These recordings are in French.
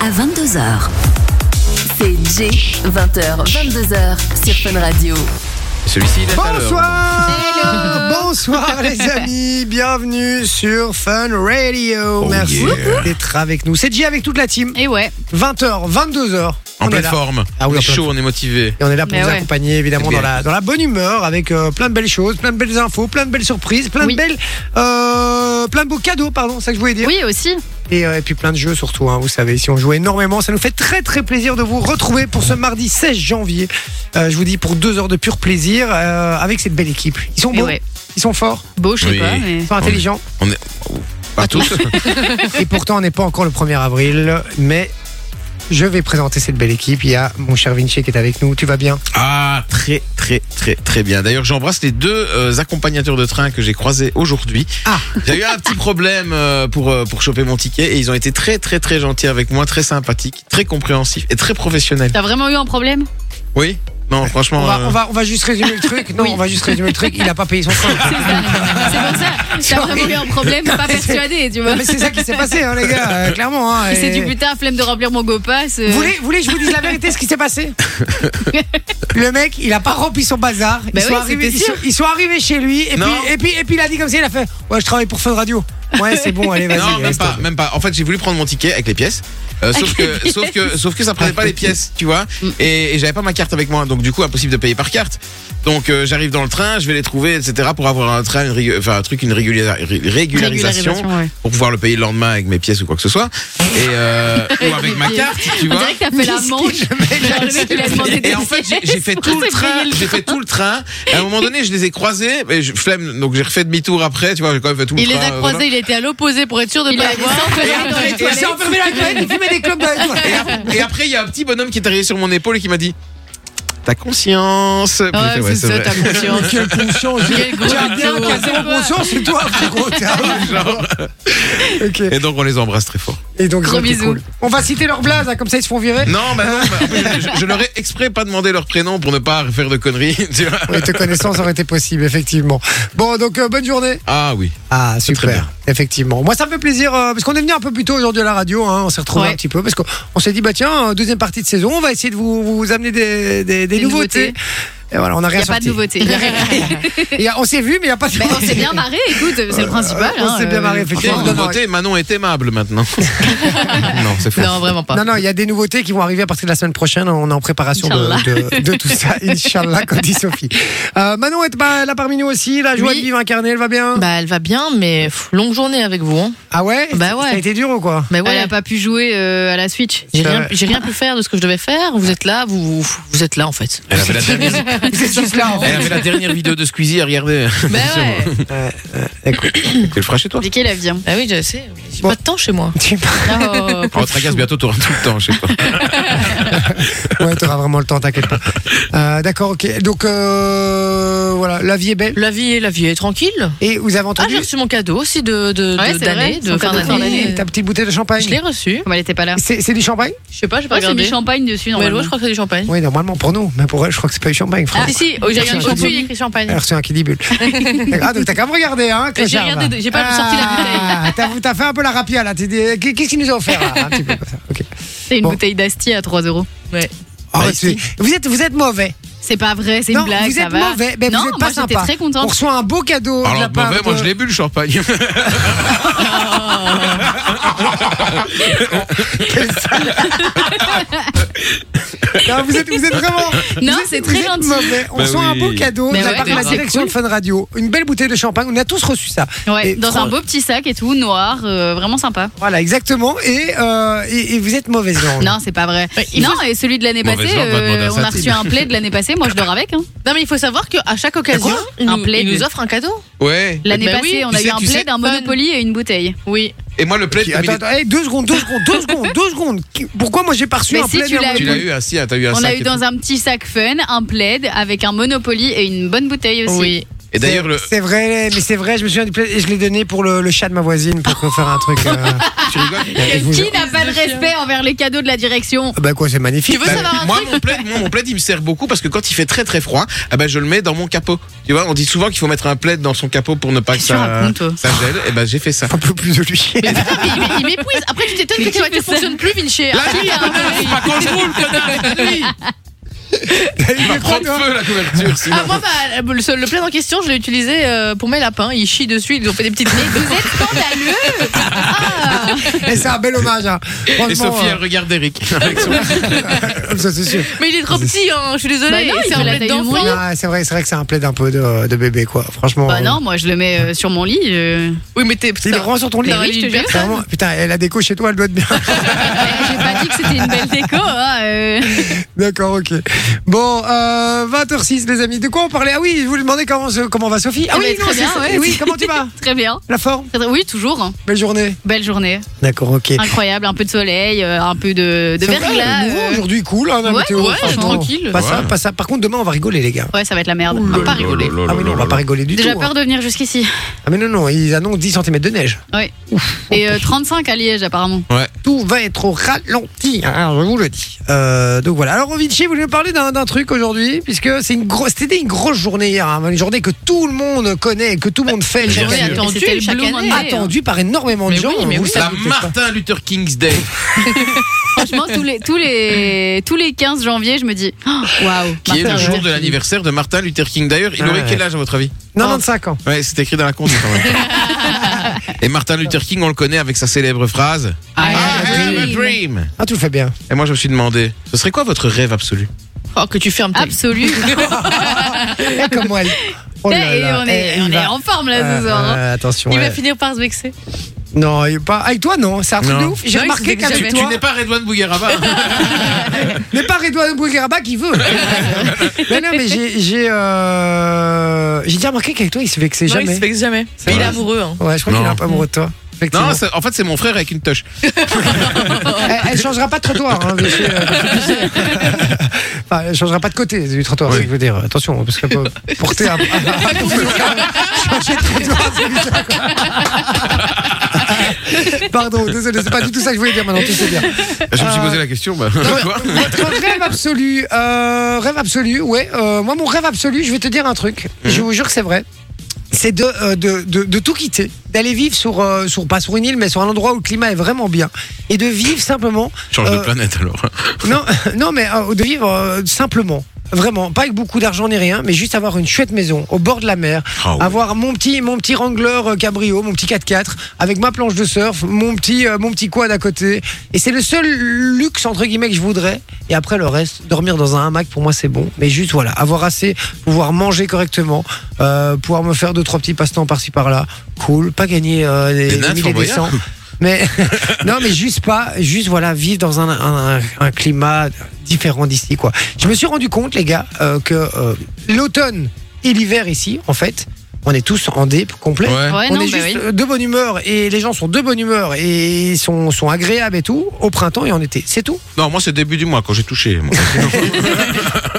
à 22h. C'est J, 20h, 22h sur Fun Radio. Celui-ci, il est à l'heure. Bonsoir Bonsoir les amis, bienvenue sur Fun Radio. Oh Merci yeah. d'être avec nous. C'est J avec toute la team. Et Eh ouais, 20h, 22h. En on est pleine là. forme. Ah on oui, en est pleine chaud, on est motivé. Et on est là pour Mais vous Eh ouais. accompagner évidemment C'est dans bien. la, dans la bonne humeur avec euh, plein de belles choses, plein de belles infos, plein de belles surprises, plein Oui. de belles, euh, plein de beaux cadeaux, pardon, c'est ça que je voulais dire. oui aussi. Et, euh, et puis plein de jeux surtout, hein, vous savez, si on joue énormément, ça nous fait très très plaisir de vous retrouver pour ce mardi 16 janvier. Euh, je vous dis pour deux heures de pur plaisir euh, avec cette belle équipe. Ils sont Et beaux, Eh ouais, ils sont forts, beau je sais Oui. pas, mais ils sont intelligents. On est. oh, Pas tous. Et pourtant, on n'est pas encore le 1er avril, mais je vais présenter cette belle équipe. Il y a mon cher Vinci qui est avec nous. Tu vas bien Ah, très, très, très, très bien. D'ailleurs, j'embrasse les deux euh, accompagnateurs de train que j'ai croisés aujourd'hui. Ah. J'ai eu un petit problème euh, pour, euh, pour choper mon ticket et ils ont été très, très, très gentils avec moi, très sympathiques, très compréhensifs et très professionnels. t'as vraiment eu un problème Oui Non, franchement. on va, euh, on, va, on va juste résumer le truc. Non, Oui. on va juste résumer le truc. Il n'a pas payé son train. C'est ça. C'est pour ça, t'as vraiment eu un problème, pas persuadé, tu vois. Ah, Non, mais c'est ça qui s'est passé, hein, les gars, euh, clairement. hein, Il s'est et- dit putain, flemme de remplir mon GoPass. euh. Vous voulez, vous voulez que je vous dise la vérité, ce qui s'est passé Le mec, il a pas rempli son bazar. Ils, Bah sont oui, arrivés, c'était ils, sont, sûr. ils sont arrivés chez lui. Et Non. puis, et, puis, et puis il a dit comme ça, il a fait Ouais, je travaille pour Fun Radio. Ouais, c'est bon, Eh, allez, vas-y. Non, même laisse pas, tomber. même pas. En fait, j'ai voulu prendre mon ticket avec les pièces. euh, sauf, que, sauf, que, sauf que ça Ah, prenait pas les pièces, tu vois. Mm. Et, et j'avais pas ma carte avec moi. Donc, du coup, impossible de payer par carte. Donc, euh, j'arrive dans le train, je vais les trouver, etc. pour avoir un train, une régu- enfin, un truc, une régula- ré- régularisation. ouais. Pour pouvoir le payer le lendemain avec mes pièces ou quoi que ce soit. Et, euh, ou avec ma carte, tu On vois. dirait que t'as fait la manche. Genre, le mec, il a demandé des Et en fait, j'ai- j'ai fait pièces tout pour le se payer train. J'ai fait tout le train. Et à un moment donné, je les ai croisés. Mais je flemme, donc j'ai refait demi-tour après. Tu vois, j'ai quand même fait tout le Il les train. a euh, croisés, il était à l'opposé pour être sûr de ne pas les voir. Et Il s'est enfermé la toilette, il fumait des clopes dans la toilette. Et ap- Et après, il y a un petit bonhomme qui est arrivé sur mon épaule et qui m'a dit T'as conscience Puis j'ai fait, Ah Ouais, Ouais, c'est ça, vrai. ta conscience. Quelle conscience Quel gros Tu as bien mytho. cassé mon conscience, c'est toi, frérot. Genre. Ok. Et donc, on les embrasse très fort. Et donc, ils Gros ont été bisous. cool. On va citer leur blase, hein, comme ça ils se font virer. Non, bah non, bah, je, je leur ai exprès pas demandé leur prénom pour ne pas faire de conneries. tu vois. Oui, te connaissant, ça aurait été possible, effectivement. Bon, donc euh, bonne journée. Ah oui. Ah, super. très bien. Effectivement. Moi, ça me fait plaisir, euh, parce qu'on est venu un peu plus tôt aujourd'hui à la radio, hein, on s'est retrouvé Ouais. un petit peu, parce qu'on on s'est dit, bah tiens, euh, deuxième partie de saison, on va essayer de vous, vous amener des, des, des Des nouveautés. nouveautés. Et voilà, on a Il rien n'y a pas de sorti. nouveauté. Il y a- on s'est vu, mais il n'y a pas de Mais on s'est bien marré, écoute, c'est le principal. On hein, s'est bien euh, marré, effectivement. Tiens, Non, une non, nouveauté, Manon est aimable maintenant. non, c'est faux. Non, vraiment pas. Non, non, il y a des nouveautés qui vont arriver à partir de la semaine prochaine. On est en préparation de, de- de tout ça. Inch'Allah, comme dit Sophie. Euh, Manon est pas là parmi nous aussi. La joie Oui. de vivre incarnée, elle va bien Bah, elle va bien, mais pff, longue journée avec vous. Hein. Ah ouais bah ouais. Ça a été dur ou quoi Mais Elle ouais, n'a pas pu jouer euh, à la Switch. j'ai c'est rien, vrai. j'ai rien pu faire de ce que je devais faire. Vous êtes là, vous, vous, vous êtes là en fait. Elle avait, la dernière, Vous êtes juste là. en elle fait. avait la dernière vidéo de Squeezie à regarder. Bah ouais. Écoute, Tu le feras chez toi. Compliqué la vie. hein. Bah oui, je sais. J'ai Bon. pas de temps chez moi. tu Oh, On te tracasse bientôt, t'auras tout le temps chez toi. ouais, t'auras vraiment le temps, t'inquiète pas. Euh, D'accord, ok. Donc, euh, voilà, la vie est belle. la vie est la vie est tranquille. Et vous avez Ah, entendu j'ai reçu mon cadeau aussi de de Ouais, de- c'est d'année, vrai, de son fin cadeau de fin d'année. d'année. Ta petite bouteille de Je l'ai champagne reçu. Comme elle n'était pas là. C'est c'est du champagne Je sais pas, j'ai pas Ouais, C'est du regardé. champagne dessus, Mais normalement. ouais, je crois que c'est du champagne. Oui, normalement pour nous. Mais pour elle, je crois que c'est pas du champagne, frère. Ah, si, si, oh, j'ai regardé Champagne. au-dessus, il y a écrit Elle champagne. a reçu un kidibule. ah, donc t'as quand même regardé, hein J'ai clochard, regardé, va. j'ai pas sorti la Ah, t'as- T'as fait un peu la rapia, là. T'es dit, euh, Qu'est-ce qu'ils nous ont offert, là Un petit peu comme ça. Ok. C'est une Bon. bouteille d'Asti à 3 euros. Arrête, si. vous, êtes, vous êtes mauvais. C'est pas vrai, c'est Non, Bah, une blague, vous ça êtes va. mauvais. Ben, non, vous êtes moi, pas j'étais sympa. très On contente. reçoit un beau cadeau de la Alors, part mauvais, de- moi je l'ai bu le champagne. Non, Ah, vous, êtes, vous êtes vraiment. Non, vous êtes- c'est vous très êtes gentil. mauvais. On Bah sent un oui. beau cadeau Mais de la ouais, part de la grave. direction de Fun Radio. Une belle bouteille de champagne. On a tous reçu ça. Ouais, Et dans fran- un beau petit sac et tout, noir, euh, vraiment sympa. Voilà, exactement. Et, euh, et, et vous êtes mauvaise langue. Non, c'est pas vrai. Ouais, il Non, et celui de l'année Mauvaise passée, langue va demander à euh, on sa a reçu team. un plaid de l'année passée, moi je dors avec. hein. Non mais il faut savoir qu'à chaque occasion, il Un nous, plaid. il nous offre un cadeau. Ouais. L'année Bah passée, oui, on tu a eu sais, un tu sais, plaid, un fun. Monopoly et une bouteille. Oui. Et moi, le plaid. Qui- Attends, attends, hey, deux secondes, deux secondes, deux secondes, deux secondes. Qui- Pourquoi moi j'ai pas reçu Mais un si, plaid tu de- l'as Tu l'as eu, ah, si, ah, t'as eu un On sac a et eu tout. dans un petit sac fun, un plaid avec un Monopoly et une bonne bouteille aussi. Oui. Et d'ailleurs, le. C'est vrai, mais c'est vrai, je me souviens du pla- et je l'ai donné pour le, le chat de ma voisine pour qu'on faire un truc. euh, Tu rigoles et je vous- Qui n'a pas de respect envers les cadeaux de la direction Bah quoi, c'est magnifique. Tu veux Bah, savoir un moi, truc mon plaid, moi, mon plaid, il me sert beaucoup parce que quand il fait très très froid, ah ben, je le mets dans mon capot. Tu vois, on dit souvent qu'il faut mettre un plaid dans son capot pour ne pas que Qu'est-ce que tu ça, racontes, toi ça gèle. Et ben, j'ai fait ça. Un peu plus de lui. Putain, mais il, il m'épuise. Après, tu t'étonnes que ta voiture fonctionne plus, Vinci. La vie, Ah, connard, c'est pas quand je roule, connard. la vie. Il Va fait froid, prendre toi feu la couverture, sinon. Ah, moi, bah, le, seul- le plaid en question, je l'ai utilisé euh, pour mes lapins. Ils chient dessus, ils ont fait des petites nids. Vous êtes scandaleux Et c'est un bel hommage. hein. Et Franchement, Sophie, elle regarde Eric. euh, ça c'est sûr. Mais il est trop petit, hein, je suis Bah désolée. non, il c'est fait un la plaid taille de d'enfant. Oui. Ah, c'est vrai, c'est vrai que c'est un plaid un peu de, de bébé quoi. Franchement. Bah euh, non, moi je le mets euh, sur mon lit. je- Oui, mais t'es. Il est grand sur ton lit. T'as un Oui, je te lit jure. hyper- C'est vraiment- Putain, et la déco chez toi, elle doit être bien. J'ai pas dit que c'était une belle déco. hein, euh. D'accord, ok. Bon, euh, 20h06, les amis. De quoi on parlait Ah oui, je vous demandais comment, se- comment va Sophie. Ah Eh oui, ben, très c'est bien, ça. ouais. Eh oui, comment tu vas Très bien. La forme Très- très- Oui, toujours. hein. Belle journée. Belle journée. D'accord, ok. Incroyable. Un peu de soleil, euh, un peu de, de C'est vrai, verglas. le mouvement euh. Aujourd'hui, cool, hein, la ouais, météo. ouais, franchement. tranquille. Pas ça, Ouais. pas ça. Par contre, demain, on va rigoler, les gars. Ouais, ça va être la merde. Ouh On là va pas là rigoler. Ah oui, non, on va pas rigoler du Déjà tout. peur hein. de venir jusqu'ici. Ah mais non, non, ils annoncent 10 cm de neige. Ouais. Et euh, 35 à Liège apparemment. Tout va être au ralenti, hein, je vous le dis. Euh, donc voilà. Alors Vinci, vous voulez me parler d'un d'un truc aujourd'hui, puisque c'est une grosse, c'était une grosse journée hier, hein, une journée que tout le monde connaît, que tout le monde fait. journée chaque année. attendue C'était le chaque Blue année. Monday, hein. Attendue par énormément de Mais gens. oui, mais vous oui. le savez La peut-être pas. Martin Luther King's Day. Franchement, tous les, tous, les, tous les 15 janvier, je me dis Oh, Waouh Qui est Martin le jour Luther de King. l'anniversaire de Martin Luther King. D'ailleurs, il Ah aurait ouais. quel âge à votre avis 95 ans. Ouais, c'est écrit dans la conduite quand même. Et Martin Luther King, on le connaît avec sa célèbre phrase Ah, I have a dream. dream. Ah, tu le fais bien. Et moi, je me suis demandé, ce serait quoi votre rêve absolu Oh, que tu fermes ta gueule. Absolu. Et comme elle. Oh là Et là. on est, Eh, il on est va- en forme là Euh, ce soir. hein. euh, attention. Il va ouais. finir par se vexer. Non, il est pas avec toi, non. C'est un truc Non. de ouf. J'ai Non, il remarqué s'est déjà qu'avec fait. Tu toi, n'es pas Redouane Bougueraba. hein Mais pas Redouane Bougueraba qui veut. mais non, mais j'ai j'ai euh, j'ai déjà remarqué qu'avec toi, il se vexait Non, il jamais. se vexe jamais. C'est Mais il est vrai. amoureux. Hein. Ouais, je crois qu'il est Non. un peu amoureux de toi. Effectivement. non, c'est- en fait, c'est mon frère avec une touche. elle, elle changera pas de trottoir. Hein, mais c'est, euh, enfin, elle changera pas de côté du trottoir. c'est ce que Je veux dire, attention, parce que euh, porter un. changer de trottoir, c'est bizarre, quoi. Pardon, désolé, c'est pas du tout ça que je voulais dire maintenant, tout c'est bien. Je me suis Euh, posé la question. bah, tu vois. Votre rêve absolu, euh, rêve absolu, ouais. euh, moi, mon rêve absolu, je vais te dire un truc. Je vous jure que c'est vrai. C'est de, euh, de, de, de tout quitter, d'aller vivre sur, euh, sur, pas sur une île, mais sur un endroit où le climat est vraiment bien. Et de vivre simplement. Change euh, de planète alors. non, non, mais euh, de vivre euh, simplement. Vraiment, pas avec beaucoup d'argent ni rien, mais juste avoir une chouette maison au bord de la mer, Ah ouais. avoir mon petit mon petit Wrangler euh, cabrio, mon petit 4x4 avec ma planche de surf, mon petit euh, mon petit quad à côté. Et c'est le seul luxe entre guillemets que je voudrais. Et après le reste, dormir dans un hamac pour moi c'est bon, mais juste voilà, avoir assez, pouvoir manger correctement, euh, pouvoir me faire deux trois petits passe-temps par-ci par-là, cool, pas gagner euh, des, Des des nains milliers, des flamboyants. cents. Mais non, mais juste pas, juste voilà, vivre dans un, un- un- un climat différent d'ici quoi. Je me suis rendu compte, les gars, euh, que euh, l'automne et l'hiver ici, en fait, on est tous en dé complet. Ouais. Ouais, on non, est bah juste oui. euh, de bonne humeur et les gens sont de bonne humeur et sont, sont agréables et tout au printemps et en été. C'est tout. Non, moi, c'est début du mois quand j'ai touché. moi.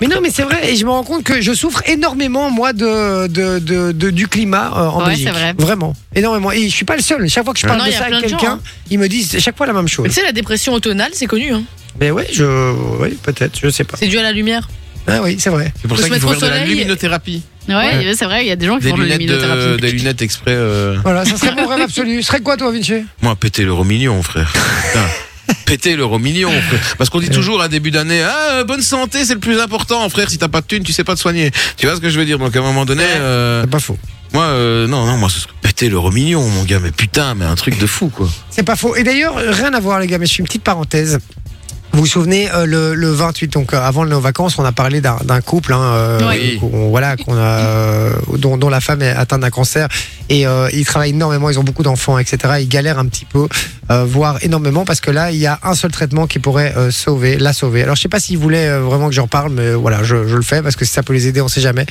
Mais non, mais c'est vrai. Et je me rends compte que je souffre énormément, moi, de, de, de- de- du climat euh, en Ouais, Belgique. c'est vrai. Vraiment. Énormément. Et je suis pas le seul. Chaque fois que je parle Non, de il y a ça plein avec de gens, quelqu'un, ils me disent chaque fois la même chose. Mais tu sais, la dépression automnale, c'est connu. Hein. Mais Ben ouais, je. Oui, peut-être, je sais pas. C'est dû à la lumière. Ah oui, c'est vrai. C'est pour Faut ça se qu'il faut mettre au faire de la soleil. luminothérapie. Ouais, c'est vrai, il y a des gens qui Des font le lunettes, de- luminothérapie. des lunettes exprès. euh, Voilà, ça serait mon rêve absolu. Ce serait quoi, toi, Vinci Moi, péter l'euro million, frère. Putain. Péter l'euro million, frère. Parce qu'on dit toujours à début d'année, ah, euh, bonne santé, c'est le plus important, frère. Si t'as pas de thune, tu sais pas te soigner. Tu vois ce que je veux dire Donc, à un moment donné, euh, C'est pas faux. moi, euh, non, non, moi, ce serait péter l'euro million, mon gars. Mais putain, mais un truc de fou, quoi. C'est pas faux. Et d'ailleurs, rien à voir, les gars, mais je fais une petite parenthèse. Vous vous souvenez, euh, le, le 28, donc euh, avant nos vacances, on a parlé d'un d'un couple, hein, euh, Oui. qu'on- voilà, qu'on a, euh, dont, dont la femme est atteinte d'un cancer et euh, ils travaillent énormément, ils ont beaucoup d'enfants, etc. Ils galèrent un petit peu, euh, voire énormément, parce que là, il y a un seul traitement qui pourrait euh, sauver, la sauver. Alors, je sais pas s'ils voulaient euh, vraiment que j'en parle, mais voilà, je, je le fais parce que si ça peut les aider, on sait jamais.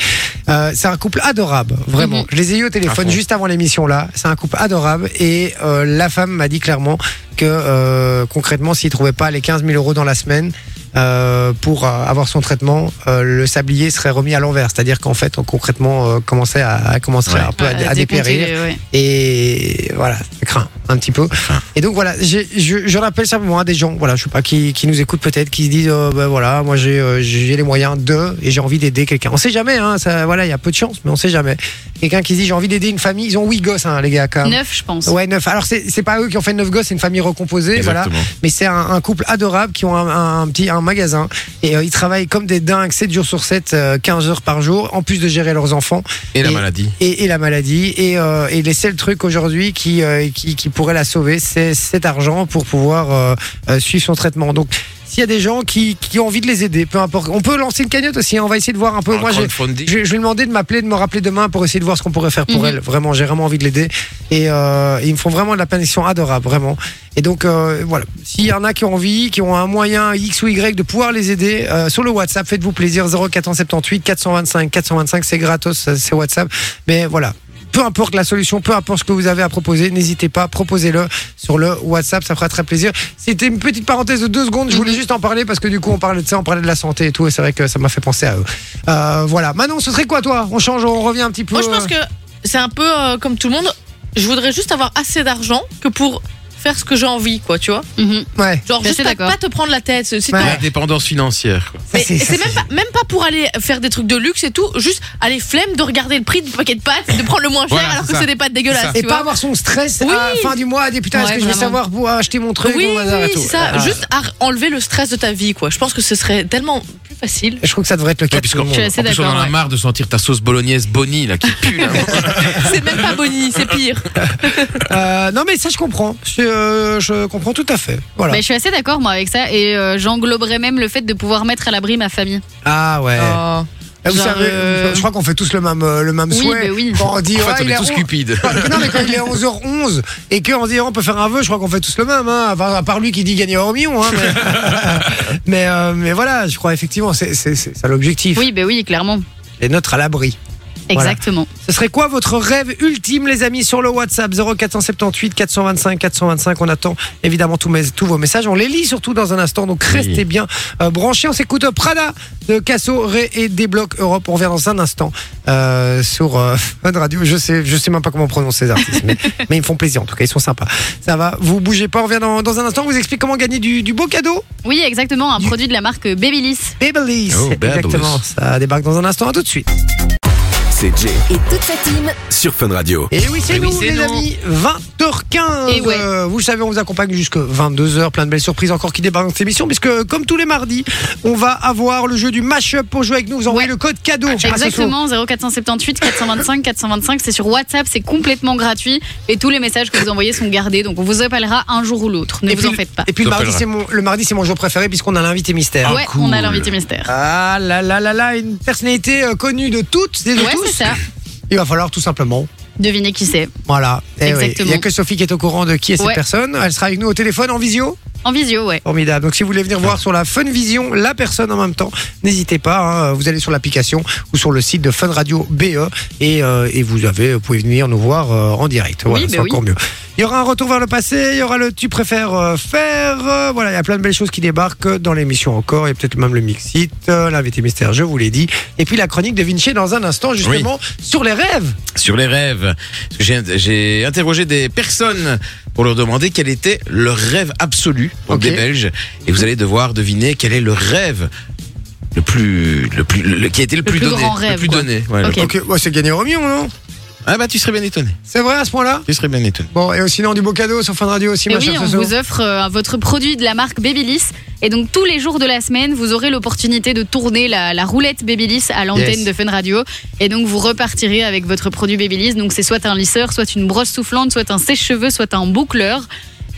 Euh, c'est un couple adorable, vraiment. Mhm. Je les ai eu au Ah téléphone bon juste avant l'émission là. C'est un couple adorable et euh, la femme m'a dit clairement que euh, concrètement, s'ils trouvaient pas les 15 000 euros dans la semaine, euh, pour euh, avoir son traitement, euh, le sablier serait remis à l'envers. C'est-à-dire qu'en fait, on concrètement euh, commençait à, à- commencerait Ouais. un peu à, Ouais, à dépérir. décongeler, ouais. Et voilà, ça craint un petit peu. Et donc voilà, j'ai- je, je rappelle simplement à des gens, voilà, je sais pas, qui, qui nous écoutent peut-être, qui se disent, euh, ben voilà, moi j'ai euh, j'ai les moyens de et j'ai envie d'aider quelqu'un. On sait jamais, hein, ça, voilà, il y a peu de chance, mais on sait jamais. Quelqu'un qui se dit j'ai envie d'aider une famille, ils ont huit gosses, hein, les gars, quand même. Neuf, je pense. Ouais, neuf. Alors c'est c'est pas eux qui ont fait neuf gosses, c'est une famille recomposée, voilà Exactement. mais c'est un, un couple adorable qui ont un, un- un petit un magasin et euh, ils travaillent comme des dingues 7 jours sur 7 euh, 15 heures par jour en plus de gérer leurs enfants Et la Et- maladie. et, et la maladie et, euh, et les seuls trucs aujourd'hui qui, euh, qui qui pourraient la sauver c'est cet argent pour pouvoir euh, euh, suivre son traitement donc s'il y a des gens qui, qui ont envie de les aider peu importe on peut lancer une cagnotte aussi hein, on va essayer de voir un peu moi j'ai crowdfunding. je, je vais lui demander de m'appeler, de me rappeler demain pour essayer de voir ce qu'on pourrait faire pour Mhm. elle. Vraiment, j'ai vraiment envie de l'aider. Et euh, ils me font vraiment de la peine, ils sont adorables, vraiment. Et donc, euh, voilà. S'il y en a qui ont envie, qui ont un moyen X ou Y de pouvoir les aider, euh, sur le WhatsApp, faites-vous plaisir. 0478 425 425, c'est gratos, ça, c'est WhatsApp. Mais voilà. Peu importe la solution, peu importe ce que vous avez à proposer, n'hésitez pas, proposez-le sur le WhatsApp, ça fera très plaisir. C'était une petite parenthèse de deux secondes, je voulais juste en parler parce que du coup on parlait de ça, on parlait de la santé et tout, et c'est vrai que ça m'a fait penser à eux. Euh, voilà. Manon, ce serait quoi toi On change, on revient un petit peu. Moi, je pense que c'est un peu euh, comme tout le monde. Je voudrais juste avoir assez d'argent que pour faire ce que j'ai envie, quoi, tu vois. Mhm. Ouais. Genre, Je suis juste assez pas, d'accord. pas te prendre la tête. Si t'as- Ouais. L'indépendance financière. quoi. Ça, Mais c'est- ça, c'est même pas, même pas pour aller faire des trucs de luxe et tout, juste aller flemme de regarder le prix du paquet de pâtes, de prendre le moins cher Voilà, alors c'est que ça. c'est des pâtes dégueulasses. Et tu pas vois. avoir son stress Oui. à fin du mois, à dire putain, est-ce Ouais, que je vais vraiment. savoir pour acheter mon truc Oui, mon bazar et oui, tout. c'est ça. Ah, Juste à enlever le stress de ta vie, quoi. Je pense que ce serait tellement plus facile. Je trouve que ça devrait être le cas. Ouais, de tout puisqu'en- le en monde. Je suis assez plus, on d'accord, en a ouais. marre de sentir ta sauce bolognaise Bonnie là qui pue. là. C'est même pas Bonnie, c'est pire. Euh, non mais ça je comprends. Je, euh, je comprends tout à fait. Voilà. Bah, je suis assez d'accord moi avec ça et euh, j'engloberais même le fait de pouvoir mettre à l'abri ma famille. Ah ouais. Oh. Eh, vous genre, savez, euh, je crois qu'on fait tous le même euh, le même Oui, souhait. bah oui. Quand on dit En ouais, fait, on il est est tous on- cupides. non mais quand il est 11h11 et qu'on dit on peut faire un vœu, je crois qu'on fait tous le même, hein, à part- à part lui qui dit gagner un million. Hein, mais mais, euh, mais voilà, je crois effectivement c'est c'est- c'est ça l'objectif. Oui, ben oui, clairement. Les nôtres à l'abri. Voilà. Exactement. Ce serait quoi votre rêve ultime, les amis, sur le WhatsApp 0478 425 425 On attend évidemment tous, mes- tous vos messages. On les lit surtout dans un instant. Donc restez bien euh, branchés. On s'écoute euh, Prada de Casso Ré et Débloque Europe. On revient dans un instant euh, sur euh, Fun Radio. Je sais, je sais même pas comment prononcer ces artistes, mais, mais ils me font plaisir. En tout cas, ils sont sympas. Ça va. Vous bougez pas. On revient dans, dans un instant. On vous explique comment gagner du, du beau cadeau. Oui, exactement, un produit de la marque Babyliss. Babyliss. Oh, Babyliss. Exactement. Ça débarque dans un instant. À tout de suite. C'est Jay Et toute sa team sur Fun Radio. Et oui, c'est Eh oui, nous, c'est les nous. amis. 20h15. Eh ouais. Euh, vous le savez, on vous accompagne jusque 22h. Plein de belles surprises encore qui débarquent dans cette émission. Puisque, comme tous les mardis, on va avoir le jeu du mash-up pour jouer avec nous. Vous envoyez le code cadeau. Ah, à Soso. Ah, Exactement, 0478 425 425, c'est sur WhatsApp, c'est complètement gratuit et tous les messages que vous envoyez sont gardés, donc on vous appellera un jour ou l'autre, ne Et vous puis- en faites pas. Et puis le Ça mardi, s'appellera. c'est mon, le mardi, c'est mon jour préféré puisqu'on a l'invité mystère. ouais, on a l'invité mystère. Ah là là là là, une personnalité euh, connue de toutes et de ouais, tous. c'est ça, Il va falloir tout simplement devinez qui c'est. Voilà. Eh oui. Il Exactement. n'y a que Sophie qui est au courant de qui est cette Ouais. personne. Elle sera avec nous au téléphone en visio. En visio, ouais. Formidable. Donc si vous voulez venir voir sur la Fun Vision la personne en même temps, n'hésitez pas. hein. vous allez sur l'application ou sur le site de Fun Radio BE et, euh, et vous avez, vous pouvez venir nous voir euh, en direct. Voilà, Oui, c'est bah encore mieux. Il y aura un retour vers le passé. Il y aura le tu préfères euh, faire. euh, voilà, il y a plein de belles choses qui débarquent dans l'émission encore. Il y a peut-être même le mixit, euh, l'invité mystère, je vous l'ai dit. Et puis la chronique de Vinci dans un instant justement sur les rêves. Sur les rêves. Parce que j'ai- J'ai interrogé des personnes pour leur demander quel était leur rêve absolu, donc Ok. des Belges. Et vous allez devoir deviner quel est le rêve le plus, le plus, le- qui a été le, plus, plus donné, grand le rêve, plus quoi. donné. ouais, le- Ok. Ok, ouais, c'est gagné au million, non Ah bah tu serais bien étonné. C'est vrai à ce point-là Tu serais bien étonné. Bon, et sinon du beau cadeau sur Fun Radio aussi, Et ma oui, chère on Soso. vous offre euh, votre produit de la marque Babyliss. Et donc tous les jours de la semaine, vous aurez l'opportunité de tourner la, la roulette Babyliss à l'antenne Yes. de Fun Radio. Et donc vous repartirez avec votre produit Babyliss. Donc c'est soit un lisseur, soit une brosse soufflante, soit un sèche-cheveux, soit un boucleur.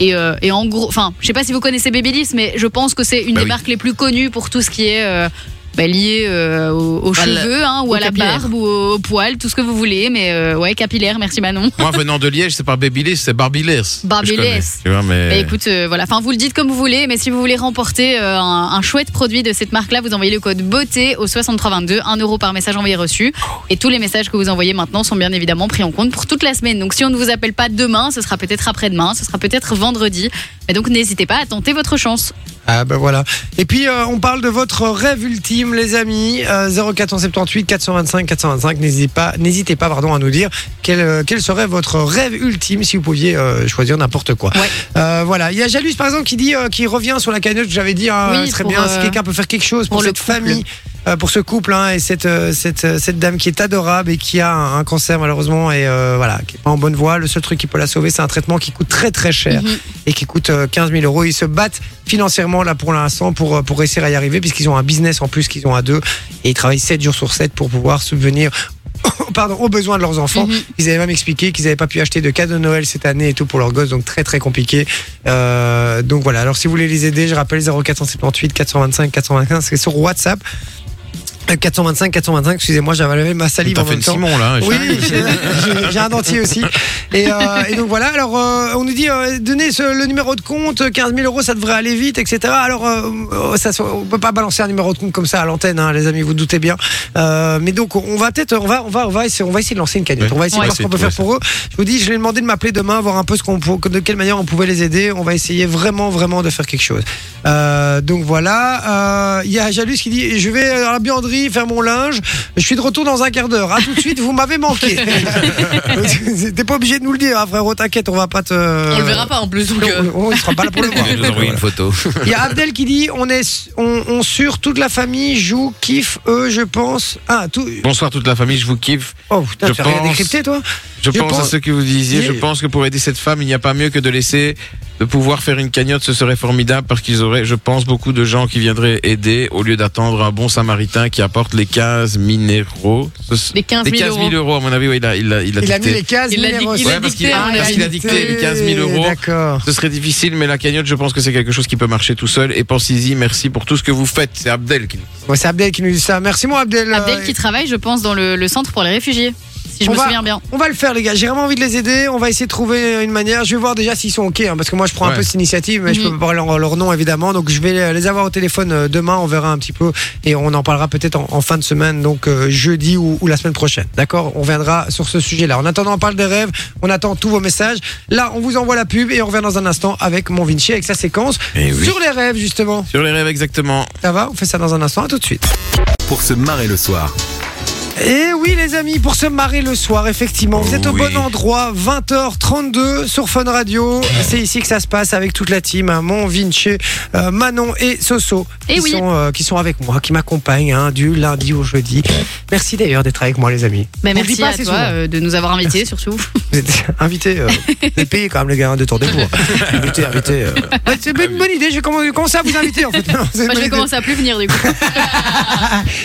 Et, euh, et en gros, enfin, je sais pas si vous connaissez Babyliss, mais je pense que c'est une Bah des oui. marques les plus connues pour tout ce qui est euh, bah, lié euh, aux, aux À la- cheveux, hein, ou au à la capillaire. barbe, ou aux, poils, tout ce que vous voulez. Mais euh, ouais, capillaire, merci Manon. Moi venant de Liège, c'est par Babyliss, c'est Barbilès. que je Barbilès. connais, Tu vois, mais. Bah, écoute, euh, voilà, enfin vous le dites comme vous voulez, mais si vous voulez remporter euh, un, un chouette produit de cette marque-là, vous envoyez le code beauté au 6322, 1 euro par message envoyé reçu. Oh. Et tous les messages que vous envoyez maintenant sont bien évidemment pris en compte pour toute la semaine. Donc si on ne vous appelle pas demain, ce sera peut-être après-demain, ce sera peut-être vendredi. Mais donc n'hésitez pas à tenter votre chance. Ah ben voilà. Et puis euh, on parle de votre rêve ultime, les amis. Euh, 0478 425 425. N'hésitez pas, n'hésitez pas, pardon, à nous dire quel, euh, quel serait votre rêve ultime si vous pouviez euh, choisir n'importe quoi. Ouais. Euh, voilà. Il y a Jalus par exemple qui dit, euh, qui revient sur la cagnotte. que J'avais dit, hein, Oui, ce serait pour, bien si euh, quelqu'un peut faire quelque chose pour, pour le cette couple. famille, euh, pour ce couple hein, et cette, euh, cette euh, cette dame qui est adorable et qui a un, un cancer malheureusement et euh, voilà, qui est pas en bonne voie. Le seul truc qui peut la sauver, c'est un traitement qui coûte très très cher Mhm. et qui coûte euh, 15 000 euros. Ils se battent financièrement là pour l'instant pour, euh, pour essayer à y arriver puisqu'ils ont un business en plus qu'ils ont à deux et ils travaillent 7 jours sur 7 pour pouvoir subvenir pardon, aux besoins de leurs enfants. Mhm. Ils avaient même expliqué qu'ils n'avaient pas pu acheter de cadeaux de Noël cette année et tout pour leurs gosses, donc très très compliqué. Euh, donc voilà, alors si vous voulez les aider, je rappelle 0478 425 425, c'est sur WhatsApp. Euh, 425 425, excusez-moi, j'avais levé ma salive T'as en fait même une temps. Simon là. Oui, j'ai- j'ai un dentier aussi. Et, euh, et donc voilà, alors euh, on nous dit, euh, donnez ce- le numéro de compte, 15 000 euros, ça devrait aller vite, etc. Alors euh, euh, ça, se- on peut pas balancer un numéro de compte comme ça à l'antenne, hein, les amis, vous doutez bien. Euh, mais donc on va peut-être, on va, on, va, on, va essayer, on va essayer de lancer une cagnotte, Ouais, on va essayer on va de voir ce qu'on peut essayer faire de pour eux. Je vous dis, je vais demander de m'appeler demain, voir un peu ce qu'on, pour- de quelle manière on pouvait les aider. On va essayer vraiment, vraiment de faire quelque chose. Euh, donc voilà, Euh, il y a Jalus qui dit je vais à la buanderie faire mon linge, je suis de retour dans un quart d'heure. À tout de suite, vous m'avez manqué. T'es pas obligé de nous le dire, hein, frérot, t'inquiète, on va pas te. On le verra pas en plus. Donc, euh, On, on sera pas là pour le voir. une photo. Il y a Abdel qui dit on est on, on sur toute la famille joue kiffe eux je pense ah tout Bonsoir toute la famille, je vous kiffe. oh putain Je tu as rien pense- décrypté toi Je, Je pense, à pense- ce que vous disiez. Je Oui. pense que pour aider cette femme, il n'y a pas mieux que de laisser de pouvoir faire une cagnotte. Ce serait formidable parce qu'ils auraient, je pense, beaucoup de gens qui viendraient aider au lieu d'attendre un bon Samaritain qui apporte les 15 minéraux. Ce- les 15 Les 000, 15 000 euros. euros, à mon avis, oui, il a, il a, il a il a mis dicté. les cases Il a mis les dit- roses. il a Ouais, parce dicté, qu'il- on l'a parce qu'il a dicté les 15 000 euros. d'accord Ce serait difficile, mais la cagnotte, je pense que c'est quelque chose qui peut marcher tout seul. Et pensez-y, merci pour tout ce que vous faites. C'est Abdel qui Ouais, c'est Abdel qui nous dit ça merci mon Abdel Abdel Euh, qui travaille, je pense, dans le, le centre pour les réfugiés. Si je On me va- souviens bien. Euh, On va le faire, les gars. J'ai vraiment envie de les aider. On va essayer de trouver une manière. Je vais voir déjà s'ils sont OK, hein, parce que moi, je prends un Ouais. peu cette initiative, mais je peux Mm. Mhm. pas parler en leur nom, évidemment. Donc, je vais euh, les avoir au téléphone euh, demain. On verra un petit peu et on en parlera peut-être en, en fin de semaine, donc euh, jeudi ou, ou la semaine prochaine. D'accord On reviendra sur ce sujet-là. En attendant, on parle des rêves. On attend tous vos messages. Là, on vous envoie la pub et on revient dans un instant avec mon Vinci, avec sa séquence Eh oui. sur les rêves, justement. Sur les rêves, exactement. Ça va On fait ça dans un instant. À tout de suite. Pour se marrer le soir. Et oui les amis, pour se marrer le soir, effectivement, vous êtes au Oui. bon endroit, 20h32 sur Fun Radio. C'est ici que ça se passe avec toute la team, hein, mon Vinci, euh, Manon et Soso, Eh qui, oui. sont, euh, qui sont avec moi, qui m'accompagnent hein, du lundi au jeudi. Merci d'ailleurs d'être avec moi les amis. Bah, On dit merci pas à assez toi souvent. euh, de nous avoir invités, surtout. Vous êtes invités, euh, vous êtes payés quand même les gars hein, de tour des bourgs. Invités, invités. euh. Ouais, c'est une bonne idée, je vais commencer commencer à vous inviter en fait. Non, c'est une Moi, je bonne vais idée. commencer à plus venir, du coup.